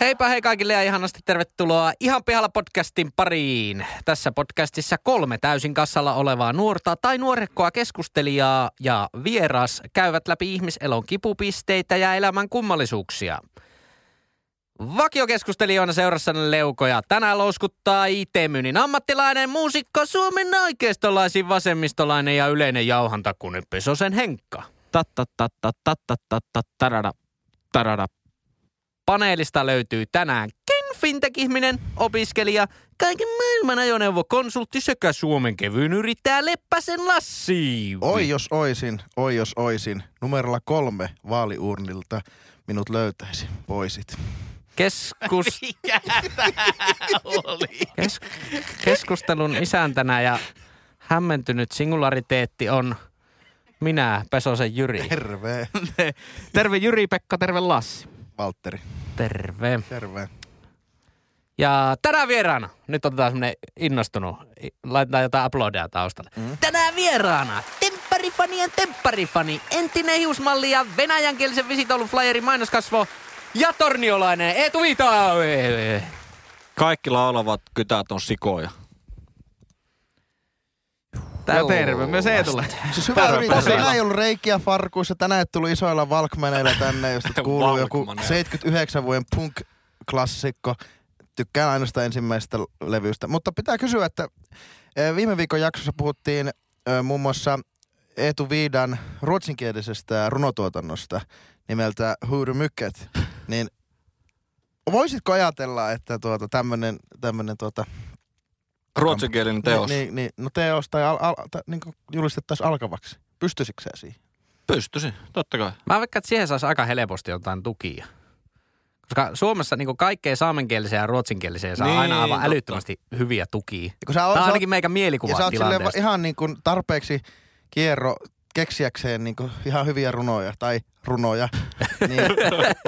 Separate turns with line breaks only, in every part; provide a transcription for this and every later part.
Heipä hei kaikille ja ihanasti tervetuloa Ihan pihalla podcastin pariin. Tässä podcastissa kolme täysin kassalla olevaa nuorta tai nuorekkoa keskustelijaa ja vieras käyvät läpi ihmiselon kipupisteitä ja elämän kummallisuuksia. Vakiokeskustelijoina seurassanne leukoja tänään louskuttaa IT-myynnin ammattilainen, muusikko, Suomen oikeistolaisin, vasemmistolainen ja yleinen jauhantakunni Pesosen Henkka.
tarada, tarada.
Paneelista löytyy tänäänkin fintech-ihminen, opiskelija, kaiken maailman ajoneuvokonsultti sekä Suomen kevyin yrittäjä Leppäsen Lassi.
Oi jos oisin, oi jos oisin. Numerolla kolme vaaliurnilta minut löytäisi, poisit.
Keskus... Kes... Keskustelun isäntänä ja hämmentynyt singulariteetti on minä, Pesosen Jyri.
Terve,
Terve Jyri-Pekka, terve Lassi.
Valtteri.
Terve.
Terve.
Ja tänään vieraana, nyt otetaan semmonen innostunut, i- laitetaan jotain aplodeja taustalle. Mm? Tänään vieraana tempparifanien tempparifani, entinen hiusmalli ja venäjänkielisen visitoulun flyeri mainoskasvo ja torniolainen Eetu Viitaoe.
Kaikki laulavat kytät on sikoja.
Ja terve myös Eetulle.
Siis hyvä yritys.
Terve.
Tänään ei ollut reikiä farkuissa. Tänään ei tullut isoilla Valkmaneilla tänne, josta kuuluu joku
Walkmaneilla.
79 vuoden punk-klassikko. Tykkään ainoastaan ensimmäisestä levystä. Mutta pitää kysyä, että eh, viime viikon jaksossa puhuttiin eh, muun muassa Eetu Viidan ruotsinkielisestä runotuotannosta nimeltä Huurumykät. Niin voisitko ajatella, että tuota, tämmönen, tämmönen tuota,
Ruotsinkielinen teos. Niin, niin.
Niin, niin, no teos tai, al, al, tai niin julistettaisiin alkavaksi. Pystyisikö sä siihen?
Pystysi, totta kai.
Mä veikkaan, että siihen saisi aika helposti jotain tukia. Koska Suomessa niin kaikkea saamenkieliseen ja ruotsinkieliseen saa niin,
Niin,
aina aivan
totta.
älyttömästi hyviä tukia.
Ja kun sä oot,
Tämä on
sä
ainakin meikän
oot, ja sä
mielikuva
oot silleen va-
tilanteesta.
ihan niin kuin tarpeeksi kierro keksiäkseen niin kuin ihan hyviä runoja tai runoja, niin,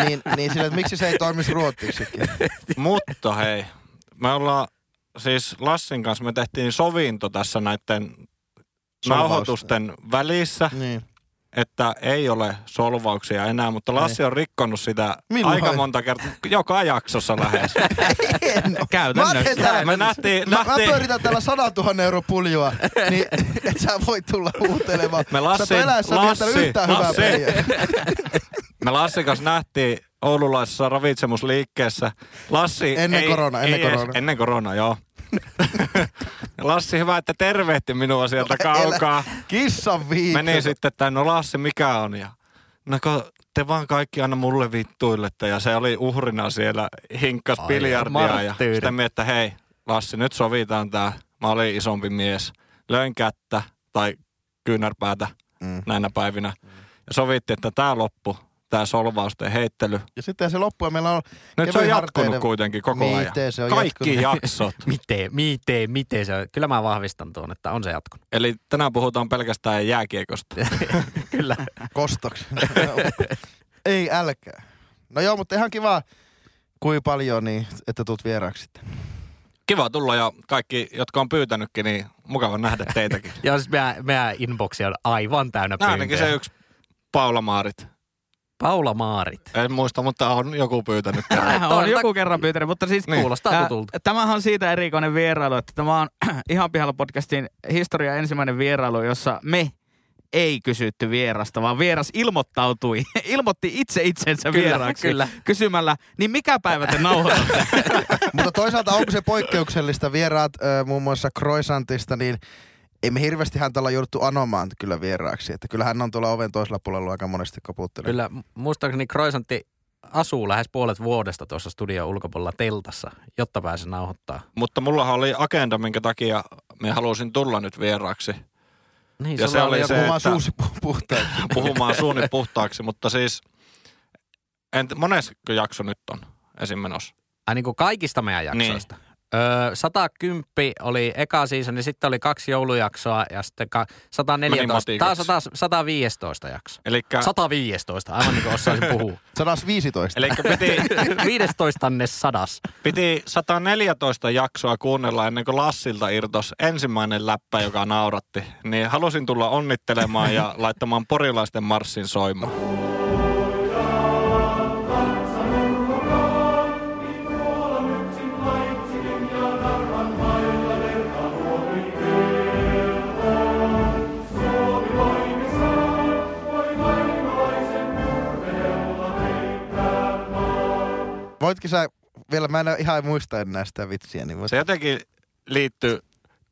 niin, niin sillä, että miksi se ei toimisi ruotsiksikin.
Mutta hei, me ollaan siis Lassin kanssa, me tehtiin sovinto tässä näiden
Solvausta.
nauhoitusten välissä,
Niin.
että ei ole solvauksia enää, mutta Lassi on rikkonut sitä
Milloin?
aika monta kertaa, joka jaksossa lähes.
En oo. Mä
Käytännössä.
teen tää-
Me nähtiin,
Mä, mä
nähtiin,
pyöritän täällä 100 000 euro puljua, niin et sä voi tulla huutelemaan.
Me Lassi-
sä pelässä
Lassi-
yhtään hyvää
Lassi.
peliä.
me Lassin kanssa nähtiin oululaisessa ravitsemusliikkeessä. Lassi
Ennen
ei,
koronaa, ennen
ei edes-
koronaa.
Ennen korona, joo. Lassi, hyvä, että tervehti minua sieltä kaukaa.
Kissan viikko.
Meni sitten, että no Lassi, mikä on? Ja, no ko, te vaan kaikki aina mulle vittuilette. Ja se oli uhrina siellä, hinkkas
Ai,
biljardia. Ja
marttyyri.
sitä mieltä, että hei, Lassi, nyt sovitaan tää. Mä olin isompi mies. Löin kättä tai kyynärpäätä
Mm.
näinä päivinä. Ja sovittiin, että tää loppu, tää solvausten heittely.
Ja sitten se loppuu ja meillä on...
Nyt se on
kevyin
jatkunut
harteinen-
kuitenkin koko ajan.
Miten se on
Kaikki
jatkunut?
jaksot.
Miten, miten, miten se on? Kyllä mä vahvistan tuon, että on se jatkunut.
Eli tänään puhutaan pelkästään jääkiekosta.
Kyllä.
Kostoksi. Ei, älkää. No joo, mutta ihan kiva, kui paljon, niin, että tulet vieraaksi sitten.
Kiva tulla ja kaikki, jotka on pyytänytkin, niin mukava nähdä teitäkin.
Ja siis meidän, meidän inboxi on aivan täynnä
No
pyyntöjä.
ainakin se yksi Paula Maarit.
Paula Maarit.
En muista, mutta on joku pyytänyt.
On joku kerran pyytänyt, mutta siis
Niin.
Kuulostaa tutulta.
Ää, Tämähän on siitä erikoinen vierailu, että tämä on ihan pihalla podcastin historia ensimmäinen vierailu, jossa me ei kysytty vierasta, vaan vieras ilmoittautui, ilmoitti itse itsensä
Kyllä,
vieraaksi
kyllä.
kysymällä, niin mikä päivä te nauhoitatte?
mutta toisaalta onko se poikkeuksellista? Vieraat ö, muun muassa Croissantista, niin ei me hirveästi häntä olla jouduttu anomaan kyllä vieraaksi. Että kyllä hän on tuolla oven toisella puolella ollut aika monesti koputtelee.
Kyllä, mu- muistaakseni Croissantti asuu lähes puolet vuodesta tuossa studion ulkopuolella teltassa, jotta pääsi nauhoittaa.
mutta mullahan oli agenda, minkä takia me halusin tulla nyt vieraaksi
Niin,
Ja
sulla
se oli
joku-
se-
Oma
että-
suusi pu- puhtaan.
puhumaan suuni puhtaaksi. Mutta siis, en, monesko jakso nyt on esim. menossa?
Ai niin kuin kaikista meidän jaksoista. Niin. Öö, 110 oli eka season, niin sitten oli kaksi joulujaksoa ja sitten ka- 114.
Meni
Tämä on
matikaksi.
100, 115 jakso.
Elikkä,
115, aivan niin kuin osaisin puhua.
115.
elikkä piti,
15 sadas.
piti 114 jaksoa kuunnella ennen kuin Lassilta irtos ensimmäinen läppä, joka nauratti. Niin halusin tulla onnittelemaan ja laittamaan porilaisten marssin soimaan.
Voitkin sä vielä, mä en oo ihan muista enää sitä vitsiä, niin voit...
No Se jotenkin liittyy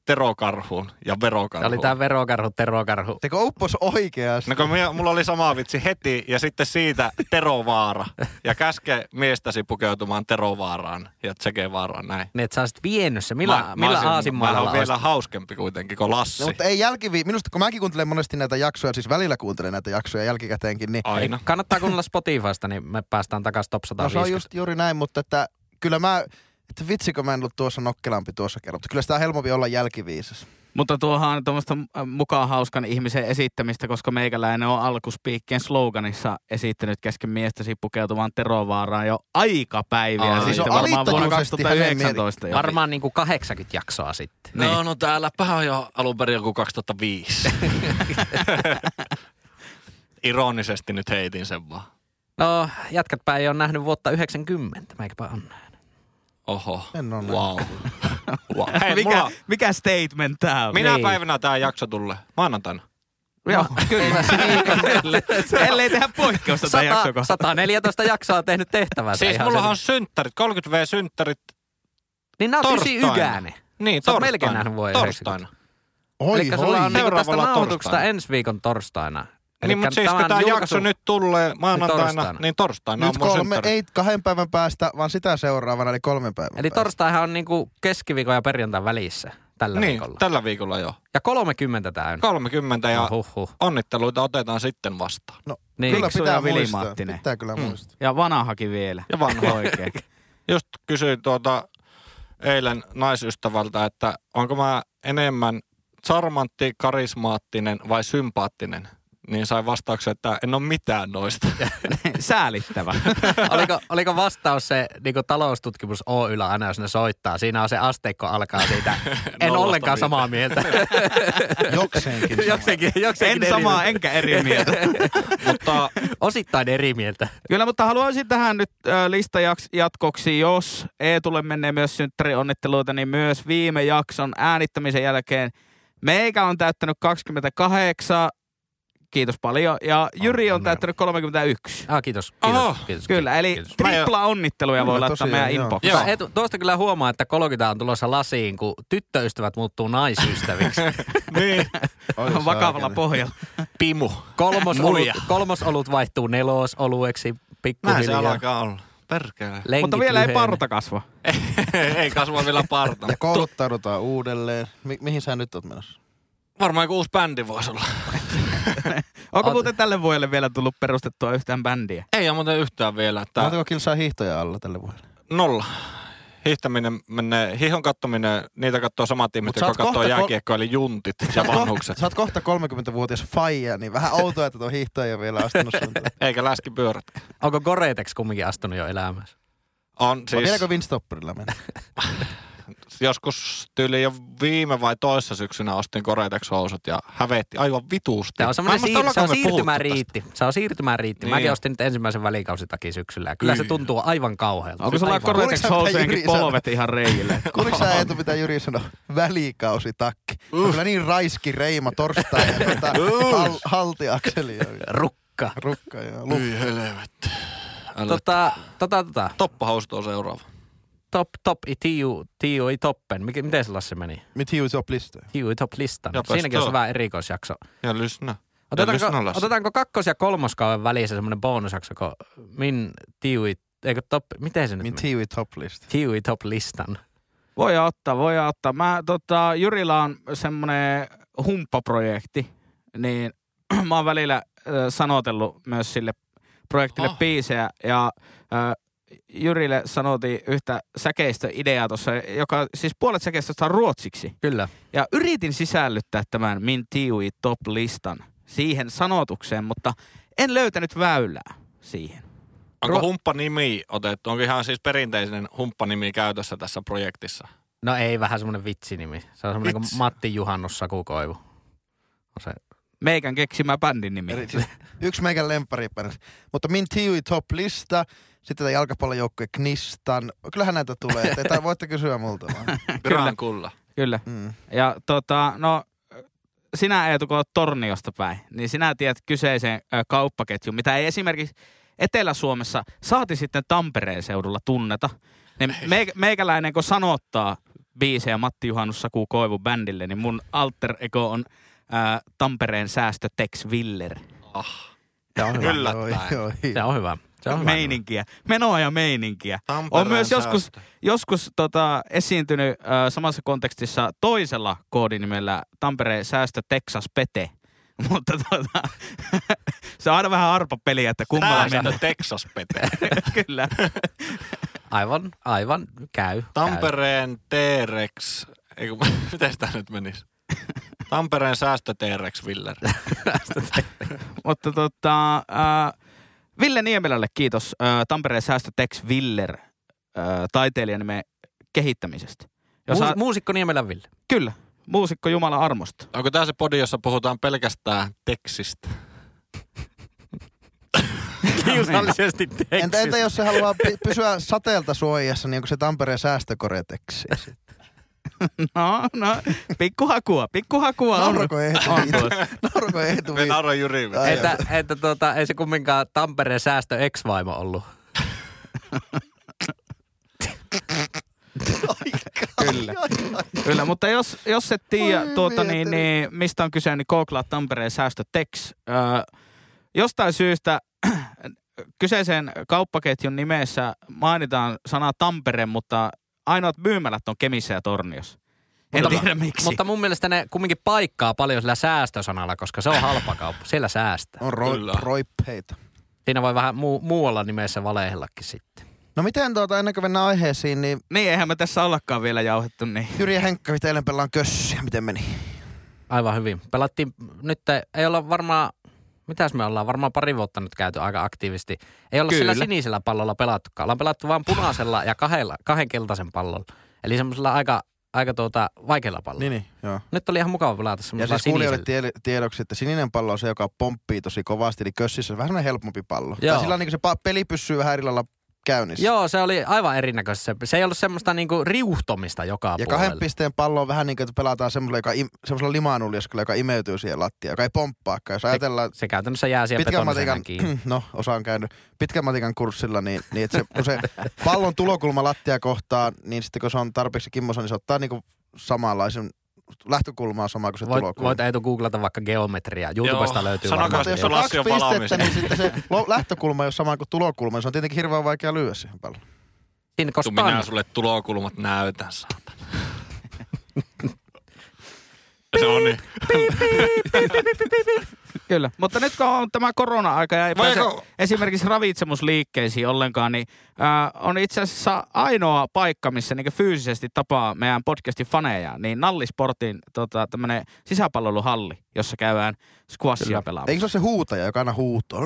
terokarhuun
Tämä
ja
oli
verokarhuun.
tämä verokarhu, terokarhu.
Teko uppos oikeasti.
No kun minä, mulla oli sama vitsi heti ja sitten siitä terovaara. Ja käske miestäsi pukeutumaan terovaaraan ja tsekevaaraan näin.
Niin, että sä olisit vienyt se. Millä, millä
olisin-
aasinmailla
Mä oon
olisit?
vielä hauskempi kuitenkin kuin Lassi.
No, mutta ei jälkivi... Minusta, kun mäkin kuuntelen monesti näitä jaksoja, siis välillä kuuntelen näitä jaksoja jälkikäteenkin, niin...
Aina.
Ei, kannattaa kuunnella Spotifysta, niin me päästään takaisin top
No se
150.
on just juuri näin, mutta että kyllä mä... Että vitsikö mä en ollut tuossa nokkelampi tuossa kerralla, mutta kyllä sitä on helpompi olla jälkiviisas.
Mutta tuohan on tuommoista äh, mukaan hauskan ihmisen esittämistä, koska meikäläinen on alkuspiikkien sloganissa esittänyt kesken miestäsi pukeutumaan terovaaraan jo aikapäiviä.
Aa,
Aa,
siis
sitten
on
varmaan vuonna
alittajuisesti hänen
2019 jo.
Varmaan niin kuin 80 jaksoa sitten.
Niin.
No, no täälläpä on jo alun perin joku 2005. Ironisesti nyt heitin sen vaan.
No, jätkätpä ei ole nähnyt vuotta 90, meikäpä on nähnyt.
Oho.
En oo
wow. wow. Hei,
mikä,
mulla,
mikä statement tää on?
minä
Niin.
päivänä tämä jakso tulee? Maanantaina.
No.
Joo,
Kyllä.
ellei tehdä poikkeusta tätä jaksoa
Sata,
kohtaan.
114 jaksoa on tehnyt tehtävää.
Siis mullahan on synttärit, 30V-synttärit.
Niin nää on ysi
torstaina.
ykäinen.
Niin,
Sä oot
torstaina.
melkein nähnyt vuoden
Torstaina.
Oi,
Eli sulla on niinku tästä
Seuraavalla
nauhoituksesta
torstaina.
ensi viikon torstaina.
Niin,
Elikkä
mutta siis kun
tämän
tämä jakso
julkaisun-
nyt tulee maanantaina, niin
torstaina.
torstaina, niin torstaina
Nyt
on mun
kolme,
synttärit.
ei kahden päivän päästä, vaan sitä seuraavana, eli kolmen päivän
Eli
päästä.
torstaihan on niinku keskiviikon ja perjantain välissä tällä
niin,
viikolla.
tällä viikolla jo.
ja 30 täynnä.
30 ja
No, huh, huh.
onnitteluita otetaan sitten vastaan.
No,
Niin.
kyllä
Fiksu
pitää
ja Vili
muistaa.
Marttinen.
Pitää kyllä
Mm.
muistaa.
Ja vanhakin vielä.
Ja vanha
Oikein.
Just kysyin tuota eilen naisystävältä, että onko mä enemmän charmantti, karismaattinen vai sympaattinen. Niin sain vastauksen, että en ole mitään noista.
Säälittävä.
oliko, oliko vastaus se niin taloustutkimus Oyllä aina, jos ne soittaa? Siinä on se asteikko alkaa siitä. En
Nollasta
ollenkaan
viiteen.
samaa mieltä.
Jokseenkin.
jokseenkin, jokseenkin
En
eri
samaa,
mieltä.
enkä eri mieltä.
Mutta
Osittain eri mieltä.
Kyllä, mutta haluaisin tähän nyt ö, listajaks jatkoksi, jos Eetulle menee myös synttärionnitteluita, niin myös viime jakson äänittämisen jälkeen meikä on täyttänyt 28, kiitos paljon, ja Jyri on
onnea.
täyttänyt 31.
Ah, kiitos. Kiitos.
Oho.
kiitos
Kyllä, eli
kiitos.
tripla onnitteluja voi
Kyllä,
laittaa
tosiaan,
meidän
joo.
inboxiin.
Joo.
Mutta Etu, tuosta kyllä huomaa, että 30 on tulossa lasiin, kun tyttöystävät muuttuu naisystäviksi.
niin,
On vakavalla pohjalla.
pimu.
Kolmos, olut,
Muija.
kolmos olut vaihtuu nelos olueksi
Näin se
pikkuhiljaa.
alkaa olla. Perkele.
Lenkit
Mutta vielä ei
lyhenee.
parta kasva.
ei kasva vielä parta.
Ja kouluttaudutaan uudelleen. Mi- mihin sä nyt oot menossa?
Varmaan joku uusi bändi voisi olla.
Onko
Oot-
muuten tälle vuodelle vielä tullut perustettua yhtään bändiä?
Ei ole muuten yhtään vielä. Että
Montako kilsaa hiihtoja alla tälle vuodelle?
Nolla. Hiihtäminen menee, hiihon kattominen, niitä katsoo samat ihmiset,
Mut sä
jotka
oot
katsoo
kohta kol-
jääkiekkoa, eli juntit ja vanhukset.
Sä oot kohta 30-vuotias faija, niin vähän outoa, että tuo hiihtoja ei ole vielä astunut sun.
Eikä läskipyörät.
Onko Goretex kumminkin astunut jo elämässä?
On
Siis...
siis
Vieläkö Winstopperilla mennä?
joskus tyyli jo viime vai toissa syksynä ostin koreitex housut ja hävetti aivan vituusti.
Tämä on
Mä en
semmoinen
muista,
siir- se on
ollaanko me puhuttu
siirtymäriitti. Se on siirtymäriitti. Mäkin
Niin.
ostin nyt ensimmäisen välikausitakin syksyllä. ja Kyllä se
Kyllä.
tuntuu aivan kauhealta.
Onko sulla
Aivan.
Kuuliko
Koretex
sä, mitä
houseenkin
Jyri sanoi?
polvet ihan reijille?
Kuuliko sä Eetu, mitä Jyri sanoi? Välikausitakki. Uh. Kyllä niin raiski reima torstai ja tota, hal, haltiakseli. ja
Rukka.
Rukka ja
tästä.
lu.
Hyi helvetti. Älä-
Tota, tota, tota.
Toppahousut on seuraava.
Top, top, i tiu, tiu, i toppen. Mik- Miten se Lassi meni?
Mit hius op liste.
Tiu, i top listan.
Japas
Siinäkin on se
tuo.
vähän erikoisjakso.
Ja lyssna.
Otetaanko,
lyssna Lassi.
otetaanko kakkos- ja kolmoskauden välissä semmoinen bonusjakso, kun min tiui, eikö top, miten se nyt
Mit
meni?
hius top liste.
Tiui top listan.
Voi ottaa, voi ottaa. Mä, tota, Jyrillä on semmoinen humppaprojekti, niin mä oon välillä äh, sanotellut myös sille projektille
Aha.
biisejä ja äh, Jyrille sanotiin yhtä säkeistöideaa tuossa, joka siis puolet säkeistöstä on ruotsiksi.
Kyllä.
Ja yritin sisällyttää tämän Min Tiui Top-listan siihen sanotukseen, mutta en löytänyt väylää siihen.
Onko
Ro-
humppanimi otettu? Onko ihan siis perinteinen humppanimi käytössä tässä projektissa?
No ei, vähän semmoinen vitsinimi. Se on semmoinen kuin
Vitsi.
Matti Juhannus Sakukoivu. On se.
Meikän keksimä bändin nimi.
Eri- siis Yksi meikän lempparipäin. Mutta Min Tiui top lista, sitten tätä jalkapallojoukkue Knistan. Kyllähän näitä tulee. Tätä voitte kysyä multa vaan.
Viran kulla.
Kyllä.
Mm.
Ja tota, no sinä Eetu, kun oot Torniosta päin, niin sinä tiedät kyseisen ö, kauppaketjun, mitä ei esimerkiksi Etelä-Suomessa, saati sitten Tampereen seudulla tunneta, niin meikä, meikäläinen kun sanottaa biisejä Matti Juhannus Saku Koivu bändille, niin mun alter ego on ää, Tampereen säästö Tex Willer.
Tämä on
Yllättäen.
Joo,
Se
joo.
on hyvä. Se on hyvä.
meininkiä, menoa ja meininkiä.
Tampereen
On myös joskus,
säästö.
joskus tota, esiintynyt äh, samassa kontekstissa toisella koodinimellä Tampereen säästö Texas Pete. Mutta tota, se on aina vähän arpapeliä, että kummalla
Tää
mennä.
on Texas Pete.
Kyllä.
Aivan, aivan käy. käy.
Tampereen T-Rex. Ei kun, miten sitä nyt menisi? Tampereen säästö T-Rex Viller.
Mutta tota, äh, Ville Niemelälle kiitos äh, Tampereen säästö Tex Willer äh, taiteilijanimen kehittämisestä. Jos
Muus,
a-
Muusikko Niemelän Ville.
kyllä, muusikko Jumala armosta.
Onko tää se podi, jossa puhutaan pelkästään Texistä?
Niin.
Kiusallisesti
Entä, entä
teksti.
jos se haluaa py- pysyä sateelta suojassa, niin onko se Tampereen säästökoreteksi?
No, no, pikkuhakua, pikkuhakua on.
Naurako Eetu
on
Viitala?
tuossa.
Naurako Eetu
Me
Viitala?
nauroin Jyri.
Ai
Että, että tuota, ei se kumminkaan Tampereen säästö ex-vaimo ollut.
Kyllä. Kyllä, mutta jos, jos et tiedä,
Voi
tuota, niin,
mieteri.
niin, mistä on kyse, niin googlaa Tampereen säästö Tex. Öö, jostain syystä kyseisen kauppaketjun nimessä mainitaan sana Tampere, mutta ainoat myymälät on Kemissä ja Torniossa. En
Mutta-
tiedä miksi.
Mutta mun mielestä ne kumminkin paikkaa paljon sillä säästösanalla, koska se on halpa kauppa. Siellä säästää.
On
Kyllä.
roi- roippeita. siinä
Siinä voi vähän muu, muualla nimessä valehdellakin sitten.
No miten tuota, ennen kuin mennään aiheisiin, niin
Niin, eihän me tässä ollakaan vielä jauhettu, niin
Jyri ja Henkka, mitä eilen pelaan kössiä, miten meni?
Aivan hyvin. Pelattiin nyt, ei olla varmaan, mitäs me ollaan, varmaan pari vuotta nyt käyty aika aktiivisesti. Ei olla sillä
Kyllä.
sinisellä pallolla pelattukaan. Ollaan pelattu vaan punaisella ja kahdella, kahden keltaisen pallolla. Eli semmoisella aika, aika tuota, vaikealla pallolla. Niin.
niin. Joo.
Nyt oli ihan mukava pelata
Ja
semmoisella
siis
siis sinisellä.
kuulijoille tie- tiedoksi, että sininen pallo on se, joka pomppii tosi kovasti, eli kössissä on vähän semmoinen helpompi pallo. Joo.
Joo.
Tai sillä on niin se pa- peli pysyy vähän eri lailla käynnissä.
Joo, se oli aivan erinäköistä. Se- Se ei ollut semmoista niinku riuhtomista joka
Ja
puolella.
kahden pisteen pallo on vähän niin kuin, että pelataan semmoisella, joka im- semmoisella limaanuljeskolla, joka imeytyy siihen lattiaan, joka ei pomppaakaan. Jos ajatellaan,
Se käytännössä jää siihen
pitkän
betoniseinään
matikan,
kiinni.
no osa on käynyt pitkän matikan kurssilla, niin, niin että se, kun se pallon tulokulma lattia kohtaan, niin sitten kun se on tarpeeksi kimmosa, niin se ottaa niinku samanlaisen, lähtökulma on sama kuin se
Voit,
tulokulma.
voit Eetu googlata vaikka geometriaa. YouTubesta
Joo.
löytyy
Sanokaa,
varmaan.
Mutta jos
Lassi
on
on
kaksi
valmis.
pistettä, niin sitten se lo- lähtökulma ei ole sama kuin tulokulma, niin se on tietenkin hirveän vaikea lyödä siihen paljon.
Siinä
Kun
koskaan.
minä sulle tulokulmat näytän, saatana. Se on niin.
Kyllä, mutta nyt kun on tämä korona-aika ja ei
Voiko-
pääse esimerkiksi ravitsemusliikkeisiin ollenkaan, niin äh, on itse asiassa ainoa paikka, missä niin fyysisesti tapaa meidän podcastin faneja, niin Nallisportin tota, tämmöinen sisäpalveluhalli, jossa käydään squashia
Eikö se
pelaamassa.
ole se huutaja, joka aina huutoo?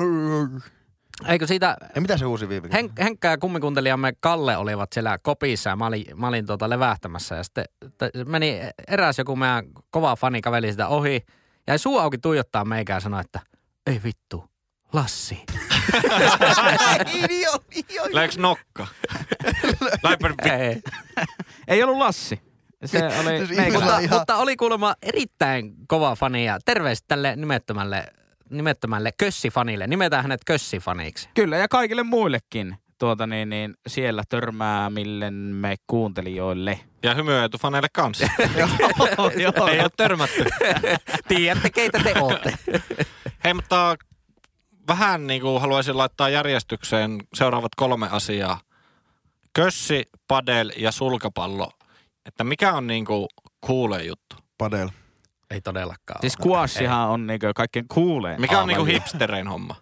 Eikö siitä,
Ja mitä se huusi viime kerralla?
Hen, Henkka ja kummikuntelijamme Kalle olivat siellä kopissa ja mä olin, mä olin tuota levähtämässä. Ja sitten t- meni eräs joku meidän kova fani käveli sitä ohi. Ja suu auki tuijottaa meikään ja sanoi, että ei vittu, Lassi.
Läks nokka? Läipä
Ei.
Ei ollut Lassi. Se
Siis
oli
Mutta
mutta,
meikäläinen.
ihan-
mutta oli kuulemma erittäin kova fani ja terveiset tälle nimettömälle, nimettömälle kössifanille. Nimetään hänet kössifaniksi.
Kyllä, ja kaikille muillekin tuota, niin, niin, siellä törmäämillemme kuuntelijoille.
Ja hymyöitufaneille kanssa.
Joo, joo.
Ei ole törmätty.
Tiedätte, keitä te olette.
Hei, mutta vähän niin kuin haluaisin laittaa järjestykseen seuraavat kolme asiaa. Kössi, padel ja sulkapallo. Että mikä on niin kuin kuule juttu?
Padel.
Ei todellakaan.
Siis squashihan on niin kaikkein kuuleen.
Mikä on niin kuin hipsterein homma?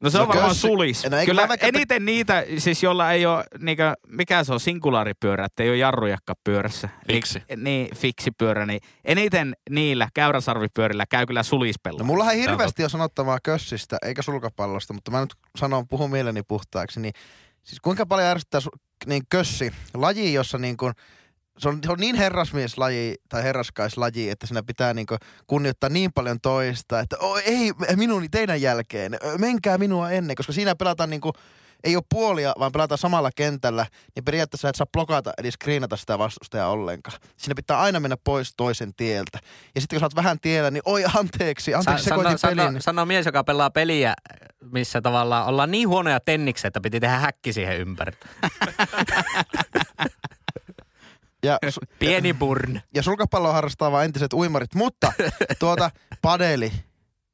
No se on
No
varmaan
kössi-
sulis.
No eikö
Kyllä
mä vaikka-
eniten niitä, siis jolla ei ole, niinkö, mikä se on, singulaaripyörä, että ei ole jarrujakka pyörässä.
Fiksi.
Eli, niin, fiksi pyörä. Niin eniten niillä käyräsarvipyörillä käy kyllä sulispella.
No mullahan ei
Tää on
hirveästi ole sanottavaa kössistä, eikä sulkapallosta, mutta mä nyt sanon, puhun mieleni puhtaaksi, niin siis kuinka paljon ärsyttää su- niin kössi, laji, jossa niin kuin, se on, se on niin herrasmieslaji tai herraskaislaji, että siinä pitää niin kuin kunnioittaa niin paljon toista, että oh, ei minun teidän jälkeen, ö, menkää minua ennen, koska siinä pelataan niin kuin ei ole puolia, vaan pelataan samalla kentällä, niin periaatteessa et saa blokata eli screenata sitä vastustajaa ollenkaan. Siinä pitää aina mennä pois toisen tieltä. Ja sitten kun sä oot vähän tiellä, niin oi anteeksi, anteeksi Sa- sekoitin
sano,
pelin.
sano, sano mies, joka pelaa peliä, missä tavallaan ollaan niin huonoja tenniksi, että piti tehdä häkki siihen ympäri.
Ja, su-
Pieni burn.
ja sulkapalloa harrastaa vaan entiset uimarit, mutta tuota padeli,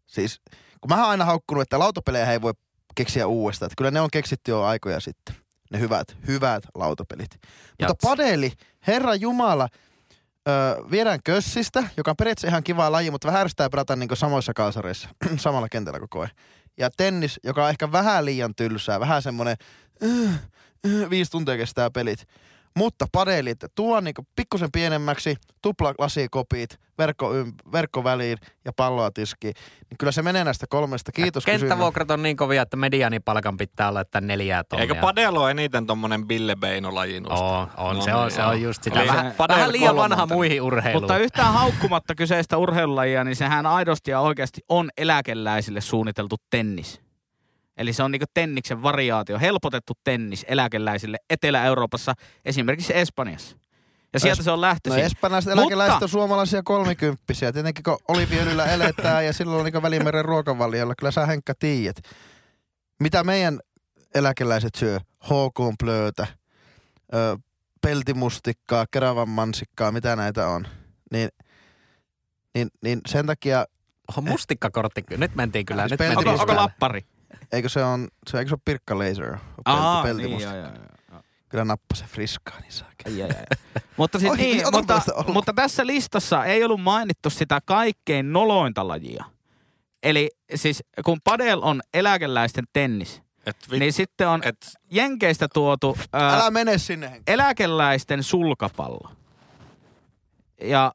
siis kun mä oon aina haukkunut, että lautapelejä ei voi keksiä uudestaan, että kyllä ne on keksitty jo aikoja sitten, ne hyvät, hyvät lautapelit. Mutta
Jats.
padeli, herra jumala, öö, viedään kössistä, joka on periaatteessa ihan kiva laji, mutta vähän ärsyttää pelata niin samoissa kalsareissa, samalla kentällä koko ajan. Ja tennis, joka on ehkä vähän liian tylsää, vähän semmoinen äh, äh, viisi tuntia kestää pelit. Mutta padelit tuo niin pikkusen pienemmäksi, tupla lasikopit, verkko, ym, verkkoväliin ja palloa tiskiin. Niin kyllä se menee näistä kolmesta. Kiitos kysymys.
Kenttävuokrat on niin kovia, että medianipalkan pitää olla, että neljää tonnia.
Eikö padel ole eniten tommonen Ville Beino-laji nosta?
On, on,
No
se
niin,
on, se
joo.
on just sitä.
Eli
Vähän,
se padel
vähän liian vanha
kolmantena.
muihin urheiluun.
Mutta yhtään haukkumatta kyseistä urheilulajia, niin sehän aidosti ja oikeasti on eläkeläisille suunniteltu tennis. Eli se on niinku tenniksen variaatio, helpotettu tennis eläkeläisille Etelä-Euroopassa, esimerkiksi Espanjassa. Ja sieltä se on
No
lähtöisin.
espanjalaiset
Mutta-
eläkeläiset on suomalaisia kolmikymppisiä. Tietenkin kun oliviöljyllä eletään ja silloin on niin välimeren ruokavaliolla. Kyllä sä Henkka tiedät. Mitä meidän eläkeläiset syö? HK plöötä, ö, peltimustikkaa, keravan mansikkaa, mitä näitä on. Niin, niin, niin sen takia,
Oho, mustikkakortti. kyllä. Nyt mentiin kyllä.
Siis
Nyt
pelti-
mentiin
onko, onko
kyllä.
lappari?
eikö se on, se, eikö se on pirkka laser?
Aa,
Pelti,
niin,
peltimustikka.
joo, joo, joo.
Kyllä nappa se friskaa, niin saakin.
Ai, ai, ai. Mutta, siis,
Oi,
niin,
niin, otanpa
mutta,
sitä olutta.
mutta tässä listassa ei ollut mainittu sitä kaikkein nolointa lajia. Eli siis kun padel on eläkeläisten tennis,
Et, vi-
niin sitten on
et,
Jenkeistä tuotu ää,
Älä mene sinne, Henkka.
eläkeläisten sulkapallo. Ja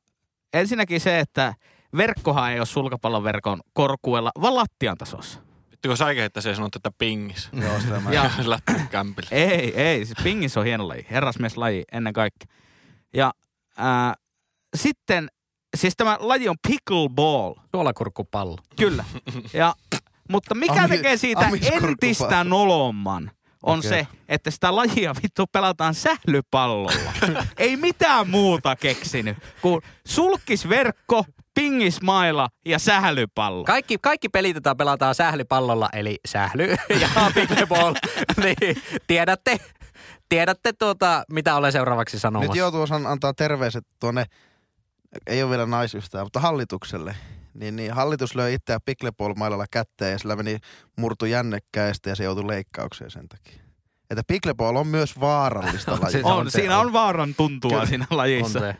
ensinnäkin se, että verkkohan ei ole sulkapallon verkon korkuella, vaan lattian tasossa.
vittu kun säikin heittäisi ja sanot, että pingis.
Joo, sitä mä-
Ja,
Lähtee kämpille.
ei, ei, siis pingis on hieno laji, herrasmieslaji ennen kaikkea. Ja ää, sitten, siis tämä laji on pickleball,
Suolakurkkupallo.
kyllä. Ja, mutta mikä
Ami-
tekee siitä
amiskurkkupallo.
entistä nolomman? on okay.
Okei.
se, että sitä lajia vittu pelataan sählypallolla. Ei mitään muuta keksinyt kuin sulkkisverkko, pingismaila ja sählypallo.
Kaikki, kaikki pelit, joita pelataan sählypallolla, eli sähly ja pickleball, niin tiedätte, tiedätte tuota, mitä olen seuraavaksi sanomassa.
Nyt joutuu osan antaa terveiset tuonne, ei ole vielä naisystävää, mutta hallitukselle. Niin, niin hallitus löi itseään pickleball-mailalla kätteen ja sillä meni murtu jännekkäistä ja se joutui leikkaukseen sen takia. Että pickleball on myös vaarallista
On
lajia.
se-
on,
on
siinä on vaaran tuntua
Kyllä.
siinä
on
lajissa.
se.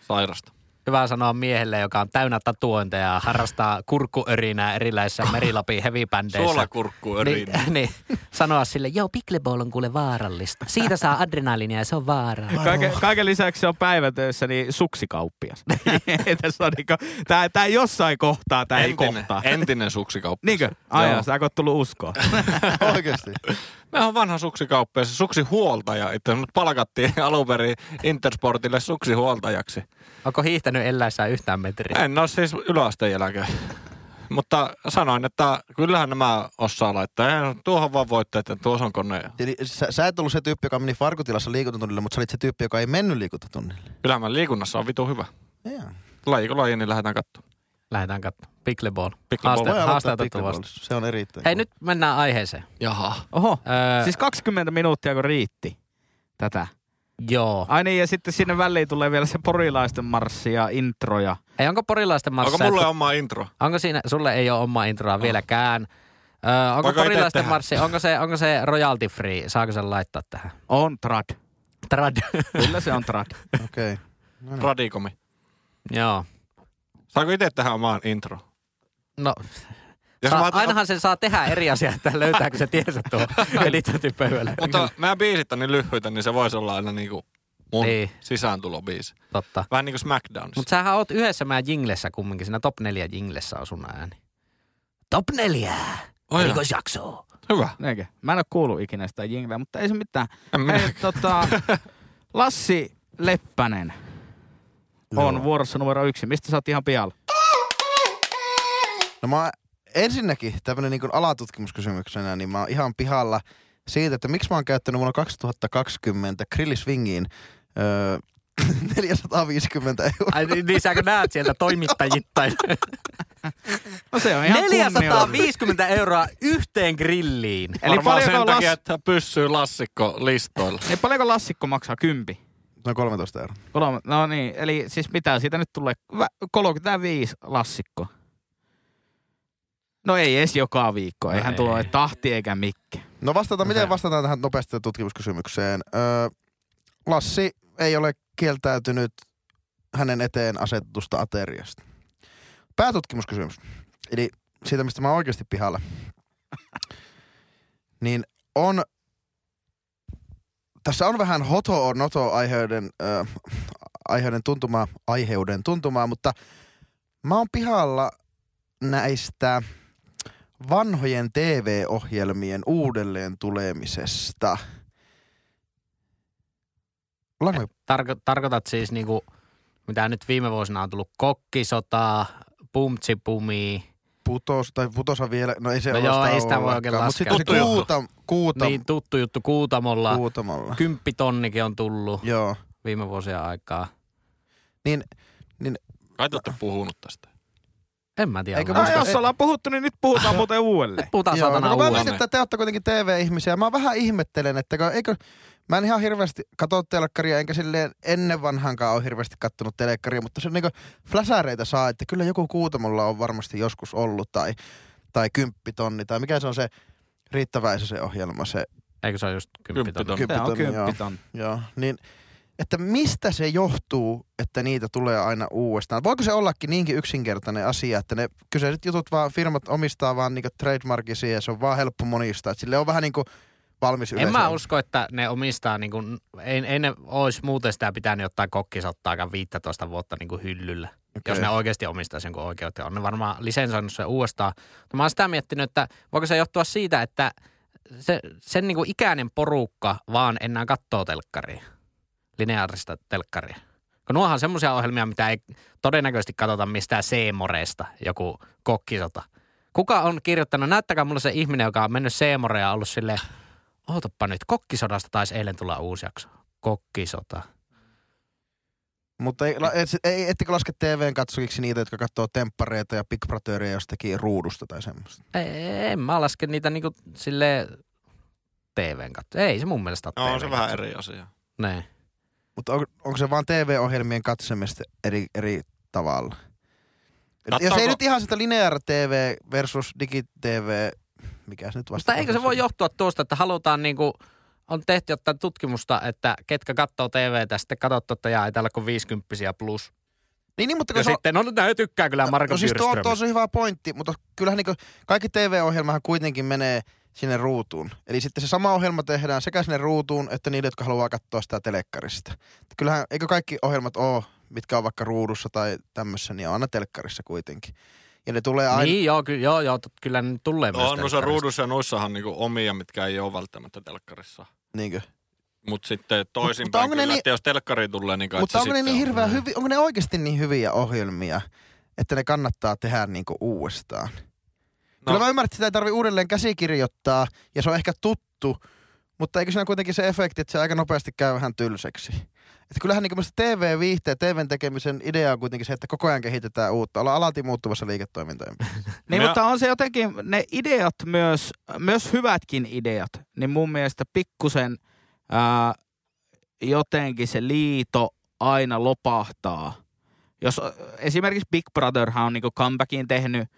Sairasta.
Hyvä sanoa miehelle, joka on täynnä tatuointeja ja harrastaa kurkkuörinää erilaisissa Merilapin heavy-bändeissä.
Suolakurkku örinä.
Niin, niin, sanoa sille, joo, pickleball on kuule vaarallista. Siitä saa adrenaliinia ja se on vaarallista.
Kaiken, kaiken lisäksi se on päivätöissä niin suksikauppias. Ei Tässä on niinku, tää, tää jossain kohtaa, tää ei
Entinen,
kohtaa.
entinen suksikauppias.
Niinkö?
Joo.
Aivan, sä oot tullut uskoon.
Oikeasti.
Mä oon vanha suksikauppias, suksihuoltaja. Itse asiassa mut palkattiin alun perin Intersportille suksihuoltajaksi.
Onko hiihtänyt eläissään yhtään metriä?
En ole siis yläasteen jälkeen. Mutta sanoin, että kyllähän nämä osaa laittaa. Ja tuohon vaan voitte, että tuossa on kone.
Eli sä, sä, et ollut se tyyppi, joka meni farkutilassa liikuntatunnille, mutta sä olit se tyyppi, joka ei mennyt liikuntatunnille.
Kyllä mä liikunnassa on vitu hyvä.
Jaa.
Laji kun laji, niin lähdetään katsomaan.
Lähdetään katsomaan. Pickleball.
Pickleball.
Haaste-
Voi
haaste
aloittaa
otettu
pickleball.
vastaan.
Se on erittäin.
Hei,
kova.
nyt mennään aiheeseen.
Jaha.
Oho,
Öö, siis...
siis 20 minuuttia kun riitti tätä.
Joo.
Ai niin, ja sitten sinne väliin tulee vielä se porilaisten marssi ja intro ja...
Ei, onko porilaisten massa?
Onko mulle oma intro?
Onko siinä, sulle ei ole omaa introa vieläkään. Öö, onko
Voiko itse
porilaisten
tehdä?
marssi, onko se, onko se royalty free? Saako sen laittaa tähän?
On trad.
Trad.
Kyllä se on trad.
Okei. Okay.
Mm.
Radikomi.
Joo.
Saanko itse tähän omaan intro?
No,
Jos
saa,
mä ajattelin-
ainahan sen saa tehdä eri asia, että löytääkö se tiensä tuohon editointipöydälle.
Mutta nämä biisit on niin lyhyitä, niin se voisi olla aina niinku mun
Niin.
sisääntulobiisi.
Totta.
Vähän niinku Smackdownissa.
Mutta sähän oot yhdessä mä jinglessä kumminkin, siinä top 4 jinglessä on sun ääni. Top 4!
Oi,
Erikoisjakso!
Hyvä.
Eikö? Mä en ole kuullut ikinä sitä jingleä, mutta ei se mitään.
En
Hei,
minä.
tota, Lassi Leppänen on vuorossa numero yksi. Mistä sä oot ihan pihalla?
No mä ensinnäkin tämmönen niin alatutkimuskysymyksenä, niin mä oon ihan pihalla siitä, että miksi mä oon käyttänyt vuonna 2020 grillisvingiin öö, 450 euroa.
Ai niin, niin säkö näet sieltä toimittajittain?
No se on ihan kunnioitus.
450 euroa yhteen grilliin.
Eli
Varmaan
paljonko,
sen
las...
takia, että pyssyy lassikko listoilla.
niin paljonko lassikko maksaa? Kympi.
Noin 13 euroa.
Kolme. No niin, eli siis mitä siitä nyt tulee? Vä- 35 lassikko. No ei edes joka viikko, eihän
ei.
tuo ole tahti eikä mikki.
No vastata,
No
miten
se-
vastataan tähän nopeasti tutkimuskysymykseen? Öö, Lassi ei ole kieltäytynyt hänen eteen asetetusta ateriasta. Päätutkimuskysymys, eli siitä, mistä mä oon oikeasti pihalla, niin on... Tässä on vähän hoto noto aiheuden, öö, aiheuden tuntumaa, aiheuden tuntumaa, mutta mä oon pihalla näistä vanhojen TV-ohjelmien uudelleen tulemisesta. Ollaanko me
Tarko- tarkoitat siis niinku, mitä nyt viime vuosina on tullut, kokkisotaa, pumtsipumia.
putos, tai putosa vielä, no ei se
No
ole
joo,
sitä
ei sitä voi
ollenkaan,
oikein
Mutta
laskea.
sitten
Tuttu
kuuta, kuuta,
Tota-
Niin tuttu juttu Kuutamolla.
kuutamalla.
Kymppitonnikin on tullut
Joo. Niin
viime vuosien aikaa.
Kai te olette puhunut tästä.
En mä tiedä.
Eikö
Mä-
No,
muista-
jos ollaan puhuttu, niin nyt puhutaan muuten
Nyt
uudelleen.
puhutaan
Joo,
saatana
no, mä mietin,
uudelleen.
että te olette kuitenkin TV-ihmisiä. Mä vähän ihmettelen, että kun- eikö... Mä en ihan hirveästi katso telkkaria, enkä silleen ennen vanhankaan ole hirveästi kattonut telkkaria, mutta se niinku fläsäreitä saa, että kyllä joku kuutamolla on varmasti joskus ollut, tai, tai kymppitonni, tai mikä se on se riittäväisä se ohjelma, se
Eikö se ole just kymppitonni?
Kymppitonni.
Tämä on
kymppitonni, joo.
kymppiton.
Joo, niin että mistä se johtuu, että niitä tulee aina uudestaan? Voiko se ollakin niinkin yksinkertainen asia, että ne kyseiset jutut vaan firmat omistaa vaan niinku trademarkin siihen, ja se on vaan helppo monistaa. että Sille on vähän niinku valmis yleisö.
En mä usko, että ne omistaa, niin kuin, ei, ei ne olisi muuten sitä pitänyt jotain kokkisottaakaan 15 vuotta niin kuin hyllyllä.
Okei.
Jos ne oikeasti omistaa sen kuin oikeutta. On ne varmaan lisensoinut sen uudestaan. Mutta mä oon sitä miettinyt, että voiko se johtua siitä, että se, sen niin kuin ikäinen porukka vaan enää katsoo telkkaria. Lineaarista telkkaria. Kun nuohan on semmoisia ohjelmia, mitä ei todennäköisesti katsota mistään Seemoresta, joku kokkisota. Kuka on kirjoittanut, näyttäkää mulle se ihminen, joka on mennyt Seemoreen ja ollut silleen, ootappa nyt, kokkisodasta taisi eilen tulla uusi jakso. Kokkisota.
Mutta ei, la- et, ei, ettekö laske TVn katsojiksi niitä, jotka katsoo temppareita ja Big Brotheria jostakin ruudusta tai semmoista?
Ei, en mä laske niitä niinku sille TVn kautta. Ei se mun mielestä
No,
ole
on se
TV:n
vähän
katsomista.
eri asia.
Niin.
Mutta on, onko se vaan TV-ohjelmien katsomista eri, eri tavalla? Et Jos ei
Kattaako-
nyt ihan sitä lineaar TV versus digi-TV, mikä se nyt
Mutta
vastaa?
eikö se voi johtua tuosta, että halutaan niinku, on tehty jotain tutkimusta, että ketkä katsoo TVtä, sitten katsottu, että jaa, ei täällä kuin 50 plus.
Niin, niin mutta kun
Ja
se on,
sitten, on, no nyt nää tykkää kyllä Marko
no, siis tuo on
Bjurström.
tosi hyvä pointti, mutta kyllähän niin kaikki TV-ohjelmahan kuitenkin menee sinne ruutuun. Eli sitten se sama ohjelma tehdään sekä sinne ruutuun, että niille, jotka haluaa katsoa sitä telekkarista. Et Kyllähän, eikö kaikki ohjelmat ole, mitkä on vaikka ruudussa tai tämmössä, niin on aina telkkarissa kuitenkin. Ja ne tulee aina...
Niin, joo, ky- joo, joo, tot- kyllä ne tulee myös
On, no se
telkkarista.
ruudussa ja noissahan niinku omia, mitkä ei ole välttämättä telkkarissa.
Niinkö?
Mutta sitten
mutta
toisinpäin
onko ne
kyllä,
niin-
että jos telkkari tulee, niin kai
Mutta
se
onko ne,
sitten
niin
on.
hirveän hyvi, onko ne oikeasti niin hyviä ohjelmia, että ne kannattaa tehdä niinku uudestaan? No. Kyllä mä ymmärrän, että sitä ei tarvi uudelleen käsikirjoittaa ja se on ehkä tuttu, mutta eikö siinä kuitenkin se efekti, että se aika nopeasti käy vähän tylseksi? Että kyllähän niin TV-viihteen, TVn tekemisen idea on kuitenkin se, että koko ajan kehitetään uutta. Ollaan alati muuttuvassa liiketoimintaympäristössä.
Niin,
Mä-
mutta on se jotenkin, ne ideat myös, myös hyvätkin ideat, niin mun mielestä pikkusen ää, jotenkin se liito aina lopahtaa. Jos ä, esimerkiksi Big Brotherhan on niinku comebackin tehnyt,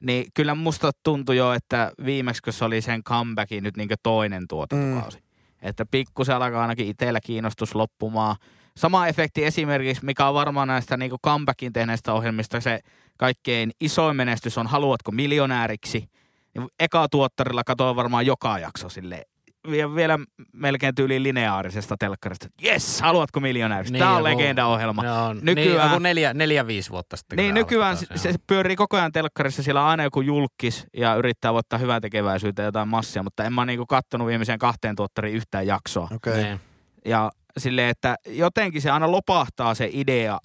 niin kyllä musta tuntui jo, että viimeksi kun se oli sen comebackin nyt niinku toinen tuotantokausi. Mm. Että pikkusen alkaa ainakin itsellä kiinnostus loppumaan. Sama efekti esimerkiksi, mikä on varmaan näistä niinku comebackin tehneistä ohjelmista se kaikkein isoin menestys on Haluatko miljonääriksi. Niin Eka tuottarilla katoo varmaan joka jakso sille vie- vielä melkein tyyliin lineaarisesta telkkarista. Yes, haluatko miljonääriksi?
Niin,
Niin, Tämä on
joo.
legendaohjelma.
Ne on, nykyään... Niin,
Nykyään-
joku neljä, neljä, viisi vuotta sitten.
Niin
kun ne
nykyään se,
aloittaa
se pyörii koko ajan telkkarissa, siellä on aina joku julkis ja yrittää voittaa hyvää tekeväisyyttä jotain massia, mutta en mä oon niinku kattonut viimeiseen kahteen tuottariin yhtään
No.
jaksoa.
Okei. Okay.
Niin.
Ja silleen, että jotenkin se aina lopahtaa se idea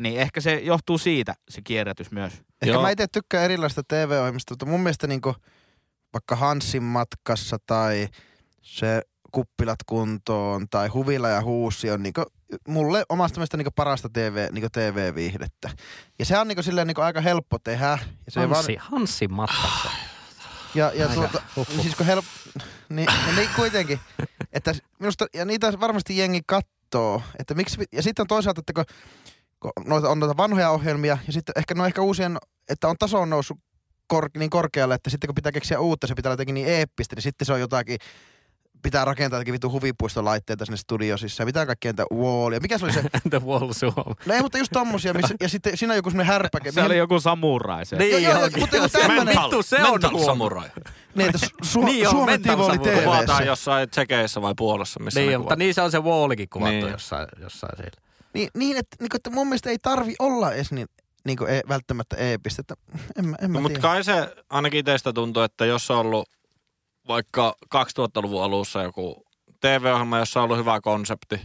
niin ehkä se johtuu siitä, se kierrätys myös.
Ehkä
Joo.
Joo. mä itse tykkään erilaista TV-ohjelmista, mutta mun mielestä niinku vaikka Hansin matkassa tai se kuppilat kuntoon tai Huvila ja Huusi on niinku mulle omasta mielestä niinku parasta TV, niinku TV-viihdettä. Ja se on niinku silleen niinku aika helppo tehdä. Ja se ei vaan,
Hanssi, Hanssi matkassa.
ja, ja
Aika.
tuota,
Huhhuh.
siis kun help, niin, no niin kuitenkin. Että minusta, ja niitä varmasti jengi kattoo. Että miksi, ja sitten toisaalta, että kun, kun noita, on noita vanhoja ohjelmia, ja sitten ehkä, no ehkä uusien, että on taso noussut kor, niin korkealle, että sitten kun pitää keksiä uutta, se pitää olla jotenkin niin eeppistä, niin sitten se on jotakin, pitää rakentaa jotakin vitu huvipuistolaitteita sinne studiosissa, ja mitä kaikkea niitä wall, ja mikä se oli se,
The Wall Suomi.
no ei, mutta just tommosia, missä, ja sitten siinä on joku semmoinen härpäke.
Se oli joku samurai se.
Joo, joo, joo,
onkin.
mutta joku tämmönen-
Vittu, se on
mental
huono.
samurai.
Niin, että su,
Niin joo,
Suomen
mental
Tivoli
samurai.
TV-ssä.
Kuvataan jossain tsekeissä vai Puolassa, missä
Niin,
ne
joo, mutta
kuvataan.
niin se on se Wallikin kuvattu
Niin.
niin. jossain, jossain siellä.
Niin, niin että, niin, että mun mielestä ei tarvi olla edes niin, niin kuin, välttämättä e-piste. Että, en mä, en mä
No,
no,
mutta
tiedä.
kai se ainakin teistä tuntuu, että jos on ollut vaikka 2000-luvun alussa joku TV-ohjelma, jossa on ollut hyvä konsepti,